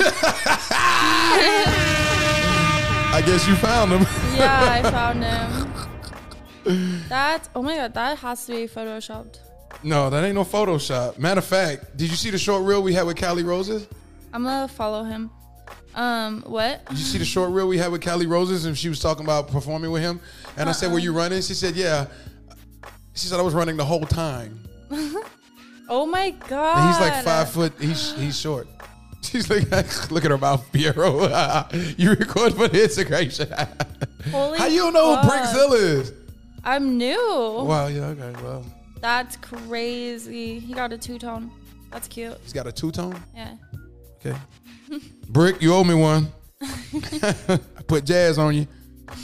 I guess you found him.
yeah, I found him. That's oh my god, that has to be photoshopped.
No, that ain't no Photoshop. Matter of fact, did you see the short reel we had with Callie Roses?
I'm gonna follow him. Um, what?
Did you see the short reel we had with Callie Roses and she was talking about performing with him? And I said, Were you running? She said, Yeah. She said I was running the whole time.
Oh my god.
And he's like five foot, he's he's short. She's like, look at her mouth, Piero. you record for the integration.
Holy
How you know who
fuck.
Brickzilla is?
I'm new.
Wow, yeah, okay. Well,
That's crazy. He got a two tone. That's cute.
he's got a two tone.
Yeah.
Okay. Brick, you owe me one. I put jazz on you.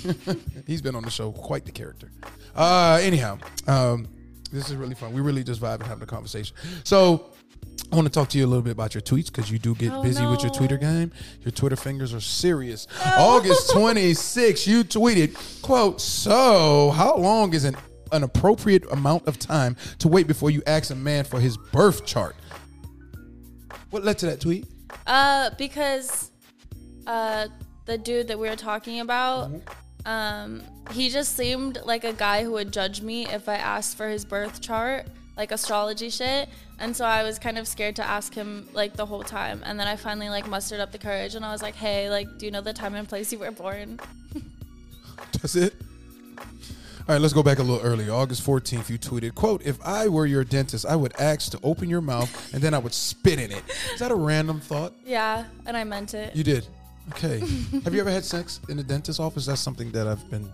He's been on the show, quite the character. Uh, anyhow, um, this is really fun. We really just vibe and having a conversation. So I want to talk to you a little bit about your tweets because you do get
Oh,
busy with your
no.
Twitter game. Your Twitter fingers are serious. August 26, you tweeted, quote, so how long is an, an appropriate amount of time to wait before you ask a man for his birth chart? What led to that tweet?
Uh,
Mm-hmm.
because uh, the dude that we were talking about, um, He just seemed like a guy who would judge me if I asked for his birth chart, like astrology shit. And so I was kind of scared to ask him like the whole time. And then I finally like mustered up the courage and I was like, "Hey, like do you know the time and place you were born?"
That's it. All right, let's go back a little earlier. August 14th, you tweeted, quote, if I were your dentist, I would ask to open your mouth and then I would spit in it. Is that a random thought?
Yeah, and I meant it.
You did. Okay. Have you ever had sex in a dentist's office? That's something that I've been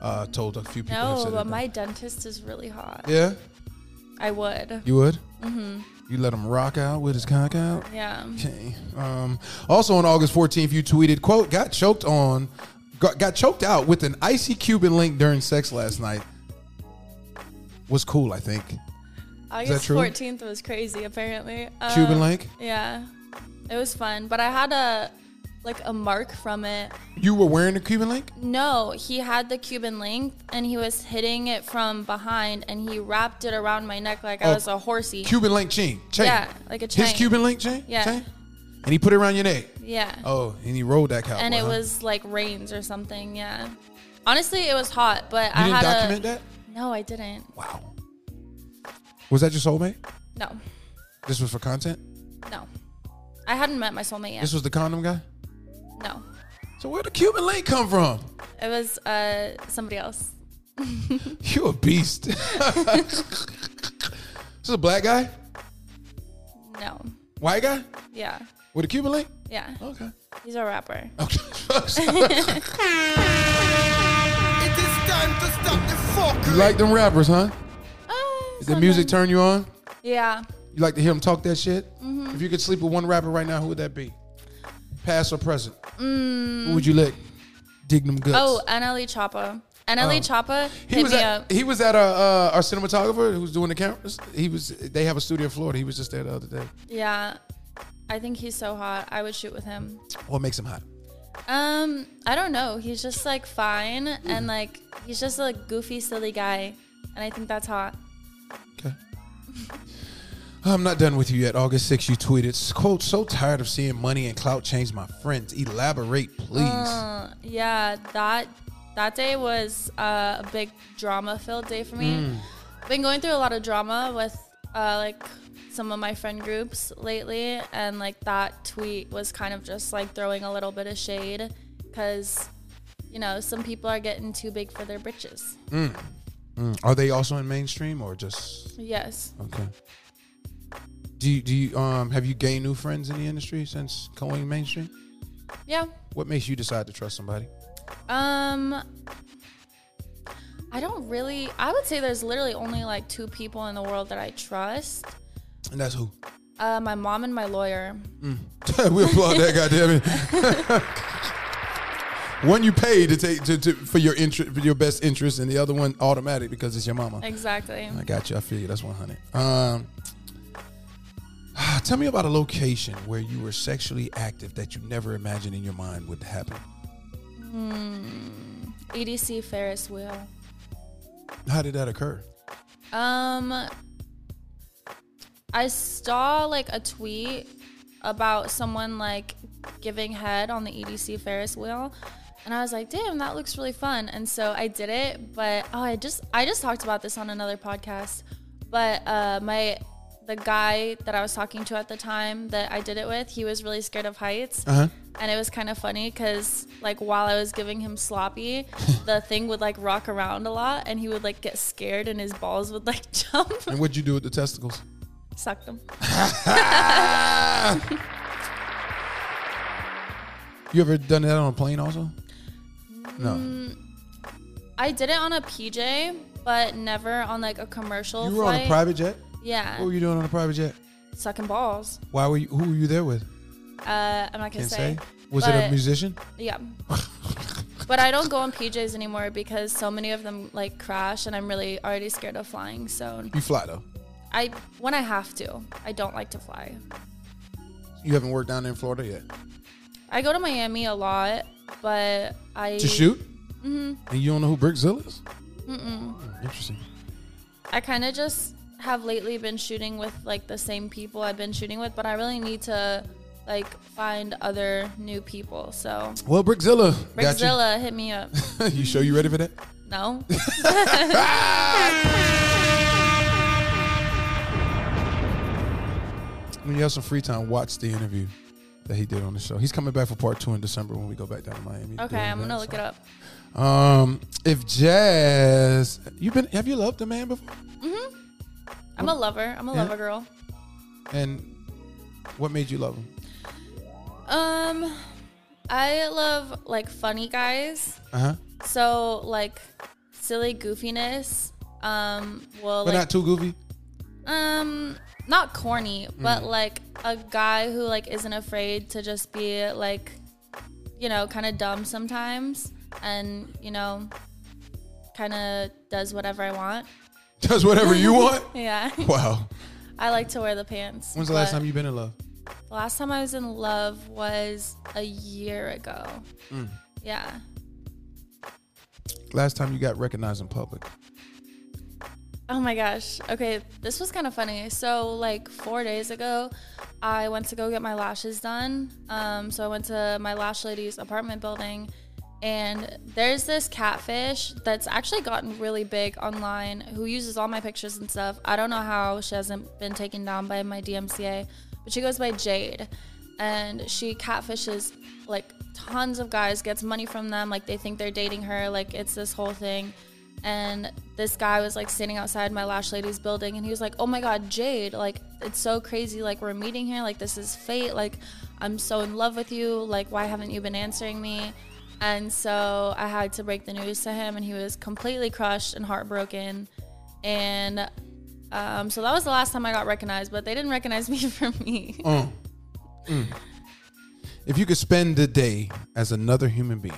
uh, told a few people. have
no,
said
but
it.
my dentist is really hot.
Yeah,
I would.
you would. Mm-hmm. You let him rock out with his cock out.
Yeah.
Okay. Um, also on August 14th, you tweeted, "quote Got choked on, got, got choked out with an icy Cuban link during sex last night." Was cool, I think.
August
true?
14th was crazy, apparently.
Cuban
Um,
link.
Yeah. It was fun, but I had a like a mark from it.
You were wearing a Cuban link.
No, he had the Cuban length and he was hitting it from behind and he wrapped it around my neck like
Oh,
I was a horsey.
Cuban link chain. Chain.
Yeah, like a
His
chain.
Cuban link chain.
Yeah.
Chain? And he put it around your neck.
yeah.
Oh, and he rolled that cowboy.
and it
huh?
was like rains or something, yeah. Honestly, it was hot, but
You
I
didn't
had
document
a
that?
No, I didn't.
Wow. Was that your soulmate?
No.
This was for content?
No. I hadn't met my soulmate yet.
This was the condom guy?
No.
So where'd the Cuban link come from?
It was uh somebody else.
You a beast. this is a black guy?
No.
White guy?
Yeah.
With a Cuban link?
Yeah.
Okay.
He's a rapper.
Okay.
It is time to stop the
you
fuckery.
like them rappers, huh?
Oh,
Did the music turn you on?
Yeah.
You like to hear them talk that shit?
Mm-hmm.
If you could sleep with one rapper right now, who would that be? Past or present? Who would you lick? Dig them guts.
Mm. Oh, NLE Choppa. NLE Choppa
Oh. He
hit
was
me
at,
up.
he was at our, uh, our cinematographer who was doing the cameras. He was they have a studio in Florida. He was just there the other day.
Yeah. I think he's so hot. I would shoot with him.
What makes him hot?
Um, I don't know. He's just like fine
Hmm.
and like he's just a like, goofy, silly guy. And I think that's hot.
Okay. I'm not done with you yet. August 6th, you tweeted, quote, so tired of seeing money and clout change my friends. Elaborate, please.
Uh, yeah, that that day was uh, a big drama filled day for me. Been going through a lot of drama with uh, like some of my friend groups lately, and like that tweet was kind of just like throwing a little bit of shade because you know some people are getting too big for their britches.
Hmm. Are they also in mainstream or just
Yes,
okay? Do you, do you um have you gained new friends in the industry since going mainstream?
yeah.
What makes you decide to trust somebody?
Um, I don't really. I would say there's literally only like two people in the world that I trust.
And that's who.
Uh, my mom and my lawyer.
we applaud that, goddammit. one you paid to take to, to for your interest for your best interest, and the other one automatic because it's your mama.
Exactly.
I got you. I feel you. That's one hundred. Um, tell me about a location where you were sexually active that you never imagined in your mind would happen.
EDC E Ferris wheel.
How did that occur?
Um, I saw like a tweet about someone like giving head on the EDC Ferris wheel, and I was like, "Damn, that looks really fun!" And so I did it. But oh, I just I just talked about this on another podcast, but uh, my the guy that I was talking to at the time that I did it with, he was really scared of heights.
Uh-huh.
And it was kind of funny because, like, while I was giving him sloppy, the thing would like rock around a lot, and he would like get scared, and his balls would like jump.
And what'd you do with the testicles?
Sucked him.
You ever done that on a plane? Also, no.
Mm, I did it on a PJ, but never on like a commercial.
you were on
flight. Uh,
a private jet.
Yeah,
What were you doing on a private jet?
sucking balls.
Why were you? Who were you there with?
Uh, I'm not gonna
Can't
say.
say. Was it a
but-
musician?
Yeah. but I don't go on PJs anymore because so many of them like crash, and I'm really already scared of flying. So
You fly though.
I, when I have to, I don't like to fly.
You haven't worked down there in Florida yet.
I go to Miami a lot, but I
to shoot.
Mm-hmm.
And you don't know who Brickzilla is? Mm-mm. Interesting.
I kind of just have lately been shooting with like the same people I've been shooting with, but I really need to like find other new people. So
Well, Brickzilla. got you.
Brazilla, hit me up.
you sure you ready for that?
No,
When you have some free time, watch the interview that he did on the show. He's coming back for part two in December when we go back down to Miami.
okay, I'm gonna look it up.
up. Um, if Jazz, you been have you loved a man before?
I'm a lover. I'm a
Yeah.
lover girl.
And what made you love him?
Um, I love like funny guys.
Uh huh.
So like silly goofiness. Um, well,
But
like
not too goofy.
um, not corny, but
Mm.
like a guy who like isn't afraid to just be like, you know, kind of dumb sometimes, and you know, kind of does whatever I want.
Does whatever you want.
Yeah,
Wow.
I like to wear the pants.
When's the last
but
time you've been in love?
the last time I was in love was a year ago. Yeah.
Last time you got recognized in public.
Oh my gosh. Okay, this was kind of funny. So, like four days ago, I went to go get my lashes done. Um, so, I went to my lash lady's apartment building, and there's this catfish that's actually gotten really big online who uses all my pictures and stuff. I don't know how she hasn't been taken down by my DMCA, but she goes by Jade, and she catfishes like tons of guys, gets money from them, like they think they're dating her, like it's this whole thing and this guy was like standing outside my lash lady's building and he was like oh my god jade like it's so crazy like we're meeting here like this is fate like i'm so in love with you like why haven't you been answering me and so i had to break the news to him and he was completely crushed and heartbroken and um, so that was the last time i got recognized but they didn't recognize me for me
Mm. If you could spend a day as another human being,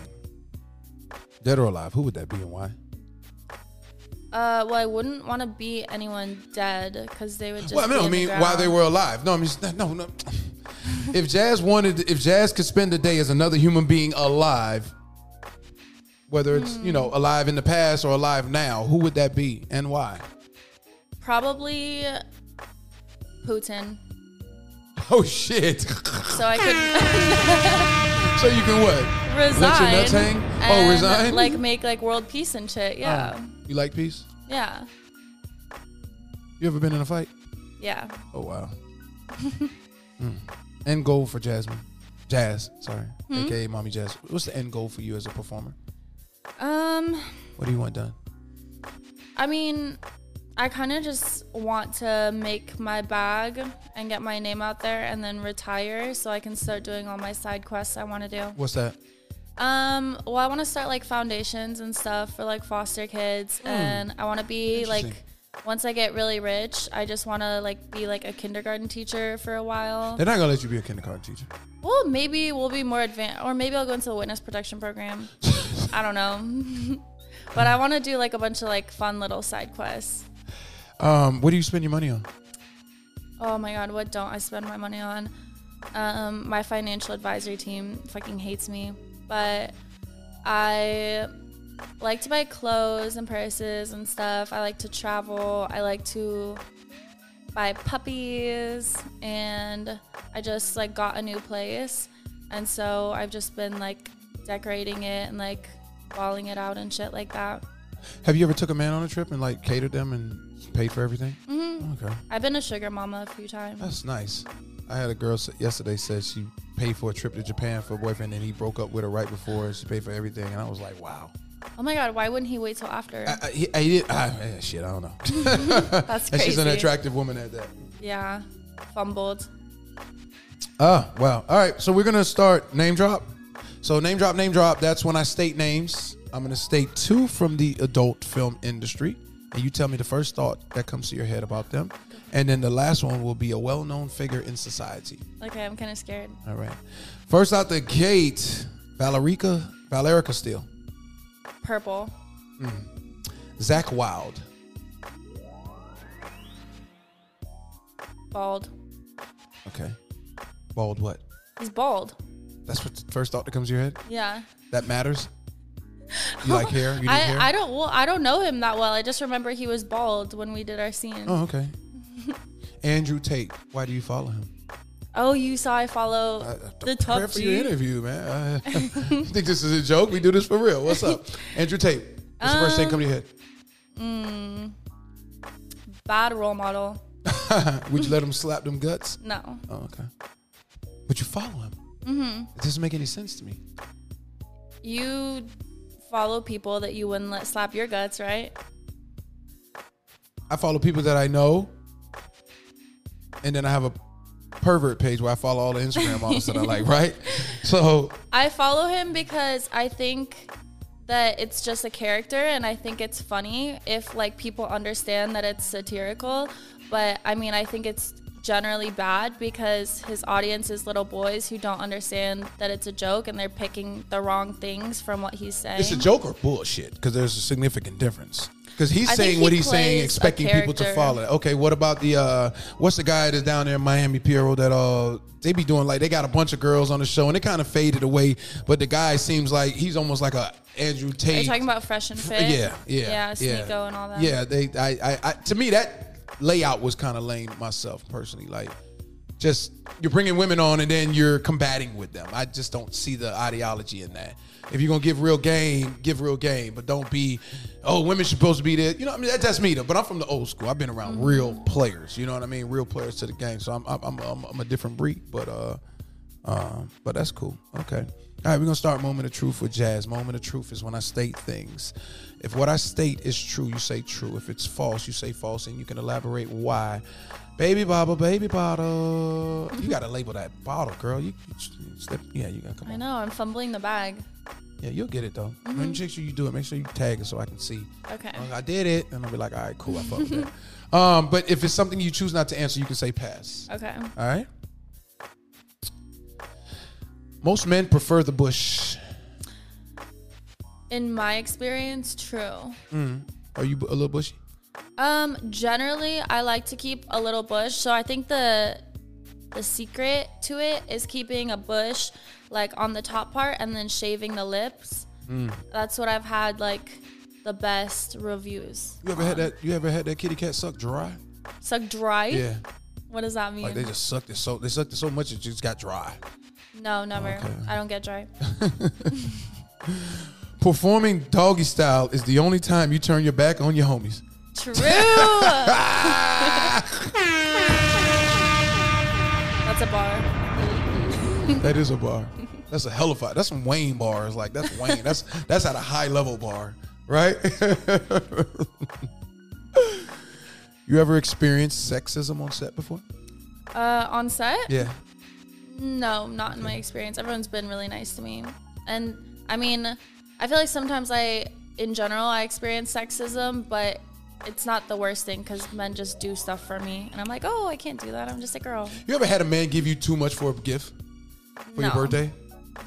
dead or alive, who would that be and why?
uh, well i wouldn't want to be anyone dead because they would just
Well,
be
no, I
in the
mean while they
ground.
were alive. No, I mean no, no. if Jazz wanted, if Jazz could spend a day as another human being alive, whether it's you
Hmm.
know alive in the past or alive now, who would that be and why?
Probably Putin.
Oh shit!
So I could
so you can what?
resign.
nuts hang? Oh,
and,
resign? Oh.
Like make like world peace and shit. Yeah.
You like peace?
Yeah.
You ever been in a fight?
Yeah.
Oh wow. Mm. End goal for Jasmine, Jazz, sorry,
Hmm?
aka Mommy Jazz. What's the end goal for you as a performer?
Um
What do you want done?
I mean I kind of just want to make my bag and get my name out there and then retire so I can start doing all my side quests I want to do.
What's that?
Um, well, I want to start like foundations and stuff for like foster kids, and I want to be like
Hmm. Interesting.
once I get really rich, I just want to like be like a kindergarten teacher for a while.
They're not gonna let you be a kindergarten teacher.
well, maybe we'll be more advanced, or maybe I'll go into the witness protection program. I don't know, but I want to do like a bunch of like fun little side quests.
Um, what do you spend your money on?
Oh my god, what don't I spend my money on? Um, my financial advisory team fucking hates me, but I like to buy clothes and purses and stuff. I like to travel. I like to buy puppies, and I just like got a new place, and so I've just been like decorating it and like walling it out and shit like that.
Have you ever took a man on a trip and like catered them and paid for everything? Mm-hmm. Okay,
I've been a sugar mama a few times.
that's nice. I had a girl s- yesterday said she paid for a trip to Japan for a boyfriend and he broke up with her right before and she paid for everything and I was like, wow.
Oh my god, why wouldn't he wait till after?
I, I, he- I, did- I- eh, shit, I don't know.
That's
and
crazy.
she's an attractive woman at that.
Yeah, fumbled.
Oh, wow. All right. So we're going to start name drop. So name drop, name drop. That's when I state names. I'm going to state two from the adult film industry. And you tell me the first thought that comes to your head about them. And then the last one will be a well known figure in society.
Okay, I'm kind of scared.
All right. First out the gate, Valerica, Valerica Steele,
Purple,
Zach Wild,
bald.
Okay. Bald what?
He's bald.
That's what the first thought that comes to your head?
Yeah.
That matters? You like hair? You need hair?
I, I don't well I don't know him that well. I just remember he was bald when we did our scene.
Oh, okay. Andrew Tate. Why do you follow him?
Oh, you saw I follow the
Prep
top
for your
G.
interview, man. I think this is a joke. We do this for real. What's up, Andrew Tate? What's the first thing come to your head?
Bad role model.
Would you let him slap them guts?
No.
Oh, okay. But you follow him. It doesn't make any sense to me.
You follow people that you wouldn't let slap your guts, right?
I follow people that I know, and then I have a pervert page where I follow all the Instagram models that I like, right? So
I follow him because I think that it's just a character and I think it's funny if like people understand that it's satirical, but I mean I think it's generally bad because his audience is little boys who don't understand that it's a joke and they're picking the wrong things from what he's saying.
it's a joke or bullshit because there's a significant difference. Because he's
I think
saying what
he
he's saying,
plays a
expecting people to
character.
follow. it. Okay, what about the uh what's the guy that's down there in Miami Piero that uh they be doing like they got a bunch of girls on the show and it kind of faded away, but the guy seems like he's almost like a Andrew Tate.
Are you talking about fresh and fit?
Yeah, yeah,
Yeah, Sneeko and all that.
Yeah, they. I, I, I to me that layout was kind of lame myself personally. Like, just you're bringing women on and then you're combating with them. I just don't see the ideology in that. If you're gonna give real game, give real game, but don't be, oh, women supposed to be there. You know, I mean, that, that's me though. But I'm from the old school. I've been
Mm-hmm.
around real players. You know what I mean? Real players to the game. So I'm, I'm, I'm, I'm, I'm a different breed. But uh, um, but that's cool. Okay. All right, we're gonna start moment of truth with jazz. Moment of truth is when I state things. If what I state is true, you say true. If it's false, you say false, and you can elaborate why. Baby bottle, baby bottle. You gotta label that bottle, girl. You, you step, yeah, you gotta come
I
on.
know, I'm fumbling the bag.
Yeah, you'll get it though. Let me make sure you do it. Make sure you tag it so I can see.
Mm-hmm. Okay.
Like, I did it, and I'll be like, all right, cool, I fucked with that. Um, but if it's something you choose not to answer, you can say pass.
Okay.
All right. Most men prefer the bush.
In my experience, true.
Are you a little bushy?
Um, generally, I like to keep a little bush. So I think the the secret to it is keeping a bush like on the top part and then shaving the lips.
Mm.
That's what I've had like the best reviews.
You ever had that? You ever had that kitty cat suck dry?
Suck dry.
Yeah,
What does that mean?
like they just sucked it so they sucked it so much it just got dry.
no, never. I don't get dry.
Performing doggy style is the only time you turn your back on your homies.
True. That's a bar.
That is a bar. That's a hell of a. That's some Wayne bars. Like that's Wayne. That's that's at a high level bar, right? you ever experienced sexism on set before?
Uh, on set?
Yeah.
No, not in my experience. Everyone's been really nice to me. And I mean, I feel like sometimes I, in general, I experience sexism, but it's not the worst thing because men just do stuff for me. And I'm like, oh, I can't do that. I'm just a girl.
You ever had a man give you too much for a gift for your
No.
birthday?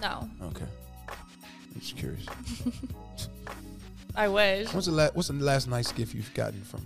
No,
Okay. I'm just curious.
I wish.
What's the last What's the last nice gift you've gotten from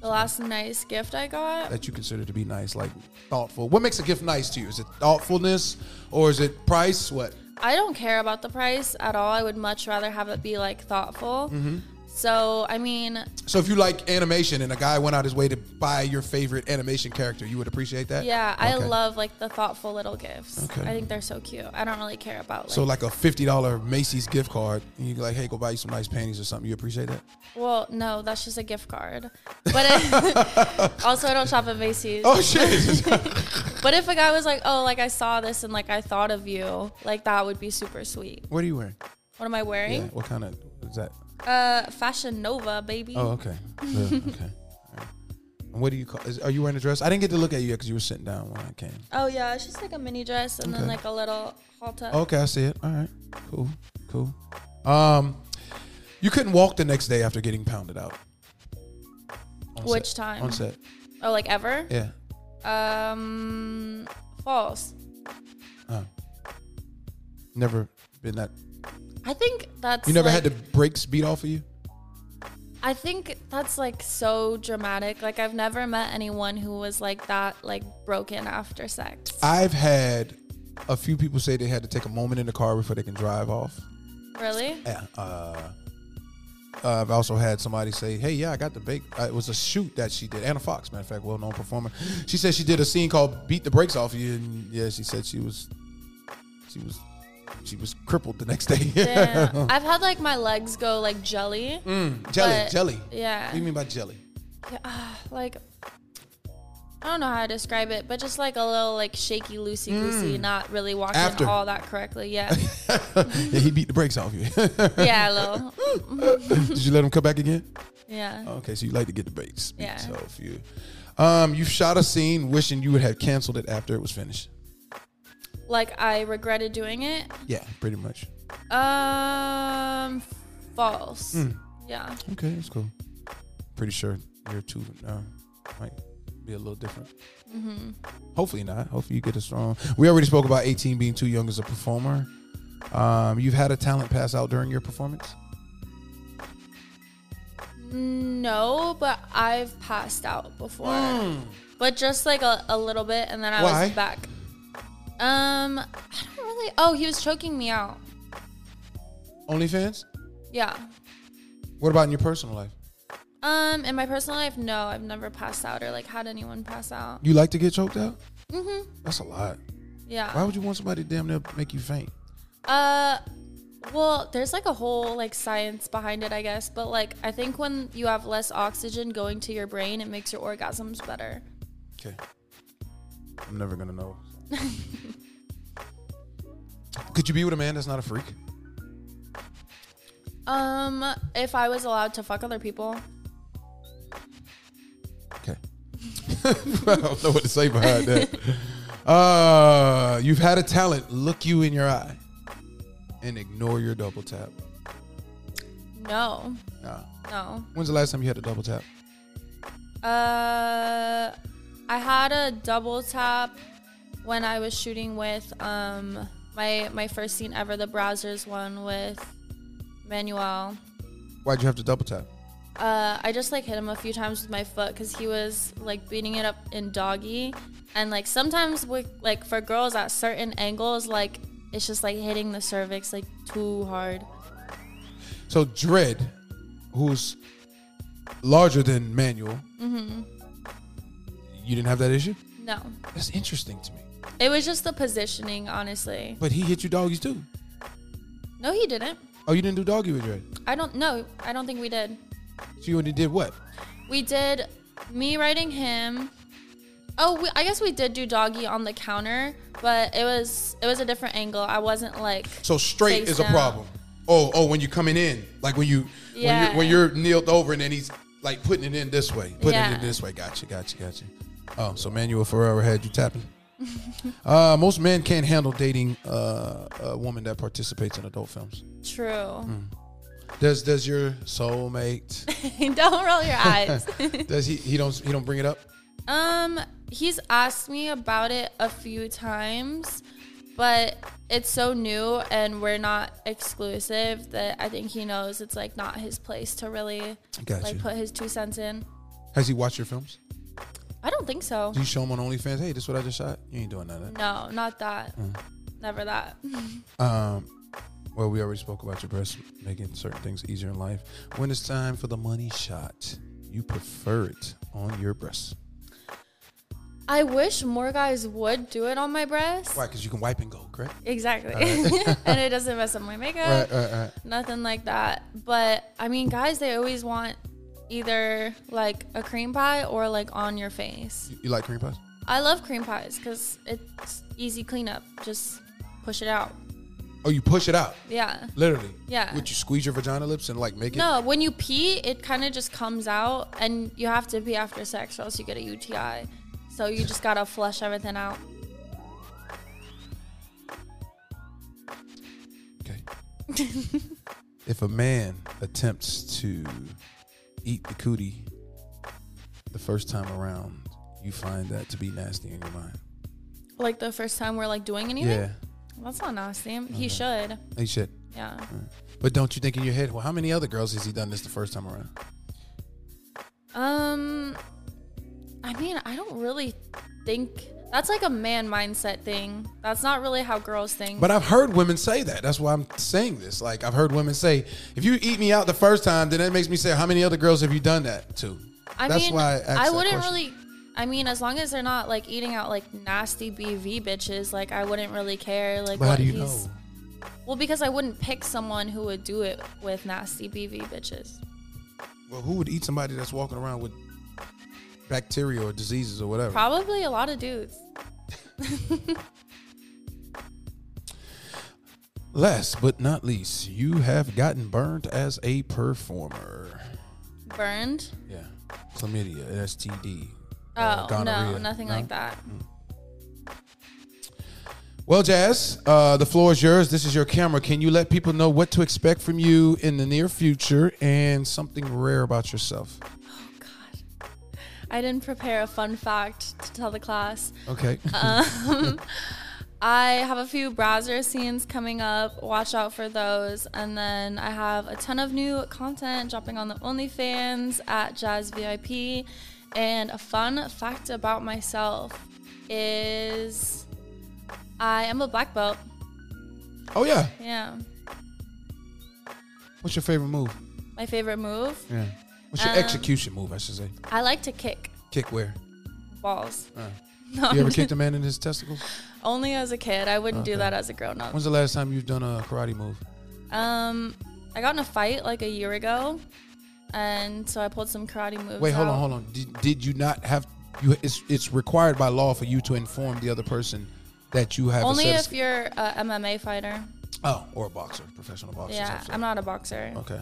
The last nice gift I got,
that you consider to be nice, like thoughtful? What makes a gift nice to you? Is it thoughtfulness or is it price? What?
I don't care about the price at all. I would much rather have it be like thoughtful.
Mm-hmm.
So, I mean,
So if you like animation and a guy went out his way to buy your favorite animation character, you would appreciate that.
yeah, I
Okay.
love like the thoughtful little gifts.
Okay.
I think they're so cute. I don't really care about like,
So like a fifty dollar Macy's gift card, and you're like, hey, go buy you some nice panties or something. You appreciate that?
Well, no, that's just a gift card. But it, also, I don't shop at Macy's.
Oh shit!
But if a guy was like, "Oh, like I saw this and like I thought of you," like that would be super sweet.
what are you wearing?
What am I
Yeah.
wearing?
What kind of is that?
Uh, Fashion Nova, baby.
Oh, okay. Yeah, okay. All right. And what do you call? Is, are you wearing a dress? I didn't get to look at you yet because you were sitting down when I came.
Oh, yeah, it's just like a mini dress and then
Okay.
like a little halter.
Oh, Okay, I see it. All right, cool, cool. Um, you couldn't walk the next day after getting pounded out. On
Which
set.
time?
On set.
Oh, like ever?
Yeah.
Um, false.
Never been that.
I think that's.
You never
like-
had the brakes beat off of you.
I think that's like so dramatic. Like I've never met anyone who was like that, like broken after sex.
I've had a few people say they had to take a moment in the car before they can drive off.
Really?
Yeah. Uh, Uh, I've also had somebody say, "Hey, yeah, I got the bake." Uh, it was a shoot that she did. Anna Fox, matter of fact, well-known performer. She said she did a scene called "Beat the Brakes Off You," and yeah, she said she was, she was, she was crippled the next day.
Damn. I've had like my legs go like jelly. Mm.
jelly,
But-
jelly.
yeah.
What do you mean by jelly?
Like I don't know how to describe it, but just like a little like shaky, loosey goosey, not really walking
Mm. After.
all that correctly. Yeah,
yeah, he beat the brakes off you.
yeah, a little.
did you let him come back again?
Yeah.
Okay, so you like to get the brakes. beat
Yeah.
off you. Um, you shot a scene wishing you would have canceled it after it was finished.
Like I regretted doing it.
Yeah, pretty much.
Um, false.
Mm.
Yeah.
Okay, that's cool. Pretty sure year two now might be a little different. Hopefully not. Hopefully you get a strong. We already spoke about 18 being too young as a performer. Um, you've had a talent pass out during your performance.
No, but I've passed out before. But just like a, a little bit, and then I
Mm. Why?
was back. Um, I don't really. Oh, he was choking me out.
OnlyFans.
Yeah.
What about in your personal life?
Um, in my personal life, no, I've never passed out or like had anyone pass out.
You like to get choked out? Mm-hmm. That's a lot.
Yeah.
Why would you want somebody to damn near make you faint?
Uh, well, there's like a whole like science behind it, I guess. But like, I think when you have less oxygen going to your brain, it makes your orgasms better.
Okay. I'm never gonna know. Could you be with a man that's not a freak?
Um, if I was allowed to fuck other people,
Okay. I don't know what to say behind that. Uh, you've had a talent look you in your eye and ignore your double tap.
no,
Nah.
no.
When's the last time you had a double tap?
Uh, I had a double tap when I was shooting with um my my first scene ever, the Browsers one with Manuel.
Why'd you have to double tap?
uh, I just like hit him a few times with my foot because he was like beating it up in doggy, and like sometimes with like for girls at certain angles, like it's just like hitting the cervix like too hard.
So Dread, who's larger than Manuel, you didn't have that issue?
No,
That's interesting to me.
it was just the positioning, honestly.
But he hit you doggies too.
No, he didn't.
Oh, you didn't do doggy with Dread.
I don't know. I don't think we did.
So you only did what?
We did me writing him. Oh, we, I guess we did do doggy on the counter, but it was it was a different angle. I wasn't like
So straight
Face
is a
down.
problem. Oh, oh, when you're coming in, like when you
Yeah.
when you're when you're kneeled over and then he's like putting it in this way, putting
Yeah.
it in this way. Gotcha, gotcha, gotcha. Oh, so Manuel Ferrera had you tapping. uh, most men can't handle dating uh, a woman that participates in adult films.
true.
Does does your soulmate?
don't roll your eyes.
does he he don't he don't bring it up?
Um, he's asked me about it a few times, but it's so new and we're not exclusive that I think he knows it's like not his place to really
Gotcha.
like put his two cents in.
Has he watched your films?
I don't think so.
Do you show him on OnlyFans? Hey, this is what I just shot. You Uh. ain't doing none of that.
No, not that. Never that.
Um, well, we already spoke about your breasts making certain things easier in life. When it's time for the money shot, you prefer it on your breasts.
I wish more guys would do it on my breast.
Why? Because you can wipe and go, correct? Uh,
Exactly. and it doesn't mess up my makeup.
Right, right, right.
nothing like that. But I mean, guys, they always want either like a cream pie or like on your face.
You, you like cream pies?
I love cream pies because it's easy cleanup. Just push it out.
Oh, you push it out,
Yeah.
literally.
Yeah.
Would you squeeze your vagina lips and like make it?
No, when you pee, it kind of just comes out, and you have to pee after sex, or else you get a UTI. So you just gotta flush everything out.
Okay. if a man attempts to eat the cootie the first time around, you find that to be nasty in your mind.
Like the first time we're like doing anything.
Yeah.
That's not nasty. He should.
Hey, shit.
Yeah.
But don't you think in your head, well, how many other girls has he done this the first time around?
Um, I mean, I don't really think. That's like a man mindset thing. That's not really how girls think.
But I've heard women say that. That's why I'm saying this. Like I've heard women say, if you eat me out the first time, then that makes me say, how many other girls have you done that to?
I
That's
mean,
why I,
I,
asked that
wouldn't
question.
really. I mean, as long as they're not like eating out like nasty BV bitches, like I wouldn't really care. Like,
But how
what
do you
he's,
know?
Well, because I wouldn't pick someone who would do it with nasty BV bitches.
Well, who would eat somebody that's walking around with bacteria or diseases or whatever?
Probably a lot of dudes.
Last but not least, you have gotten burned as a performer.
Burned?
Yeah, chlamydia, STD.
Oh,
uh,
no,
gonorrhea.
nothing
No? Mm.
like that.
Well, Jazz, uh, the floor is yours. This is your camera. Can you let people know what to expect from you in the near future and something rare about yourself?
God. I didn't prepare a fun fact to tell the class.
Okay.
Uh. I have a few browser scenes coming up. Watch out for those. And then I have a ton of new content dropping on the OnlyFans at Jazz VIP. And a fun fact about myself is I am a black belt.
oh yeah.
Yeah.
What's your favorite move?
My favorite move.
Yeah. What's
Uh.
your execution move? I should say.
I like to kick
Kick where?
balls.
Uh. You ever kicked a man in his testicles?
Only as a kid. I wouldn't do that as a grown up.
When's the last time you've done a karate move?
Um, I got in a fight like a year ago, and so I pulled some karate moves.
Wait, hold
out.
on, hold on. Did, did you not have? You it's it's required by law for you to inform the other person that you have.
Only
a set
if you're a MMA fighter.
oh, or a boxer, professional boxer.
yeah, I'm not a boxer.
Okay.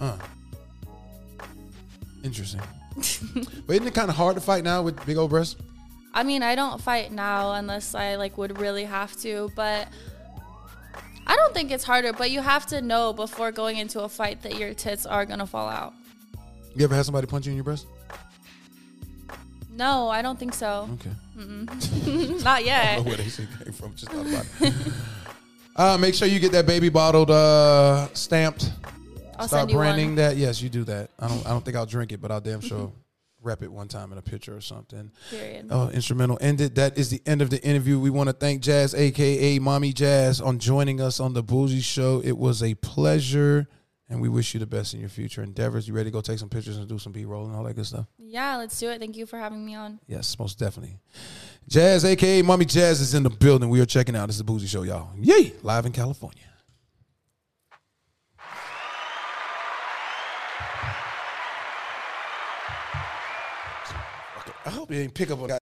Huh. Interesting. but isn't it kind of hard to fight now with big old breasts?
I mean, I don't fight now unless I like would really have to, but I don't think it's harder. But you have to know before going into a fight that your tits are gonna fall out.
You ever had somebody punch you in your breast?
No, I don't think so.
Okay.
Not
know
yet.
where they shit came from. Just thought about it. Uh, make sure you get that baby bottled, uh, stamped.
I'll
Start
send you
branding
one.
that. Yes, you do that. I don't. I don't think I'll drink it, but I'll damn sure rep it one time in a picture or something.
Period.
Oh, instrumental ended. That is the end of the interview. We want to thank Jazz, aka Mommy Jazz, on joining us on the Bougie Show. It was a pleasure, and we wish you the best in your future endeavors. You ready to go take some pictures and do some B roll and all that good stuff?
Yeah, let's do it. Thank you for having me on.
Yes, most definitely. Jazz, aka Mommy Jazz, is in the building. We are checking out. This is the Boozy Show, y'all. Yay! Live in California. Okay, I hope you didn't pick up on that.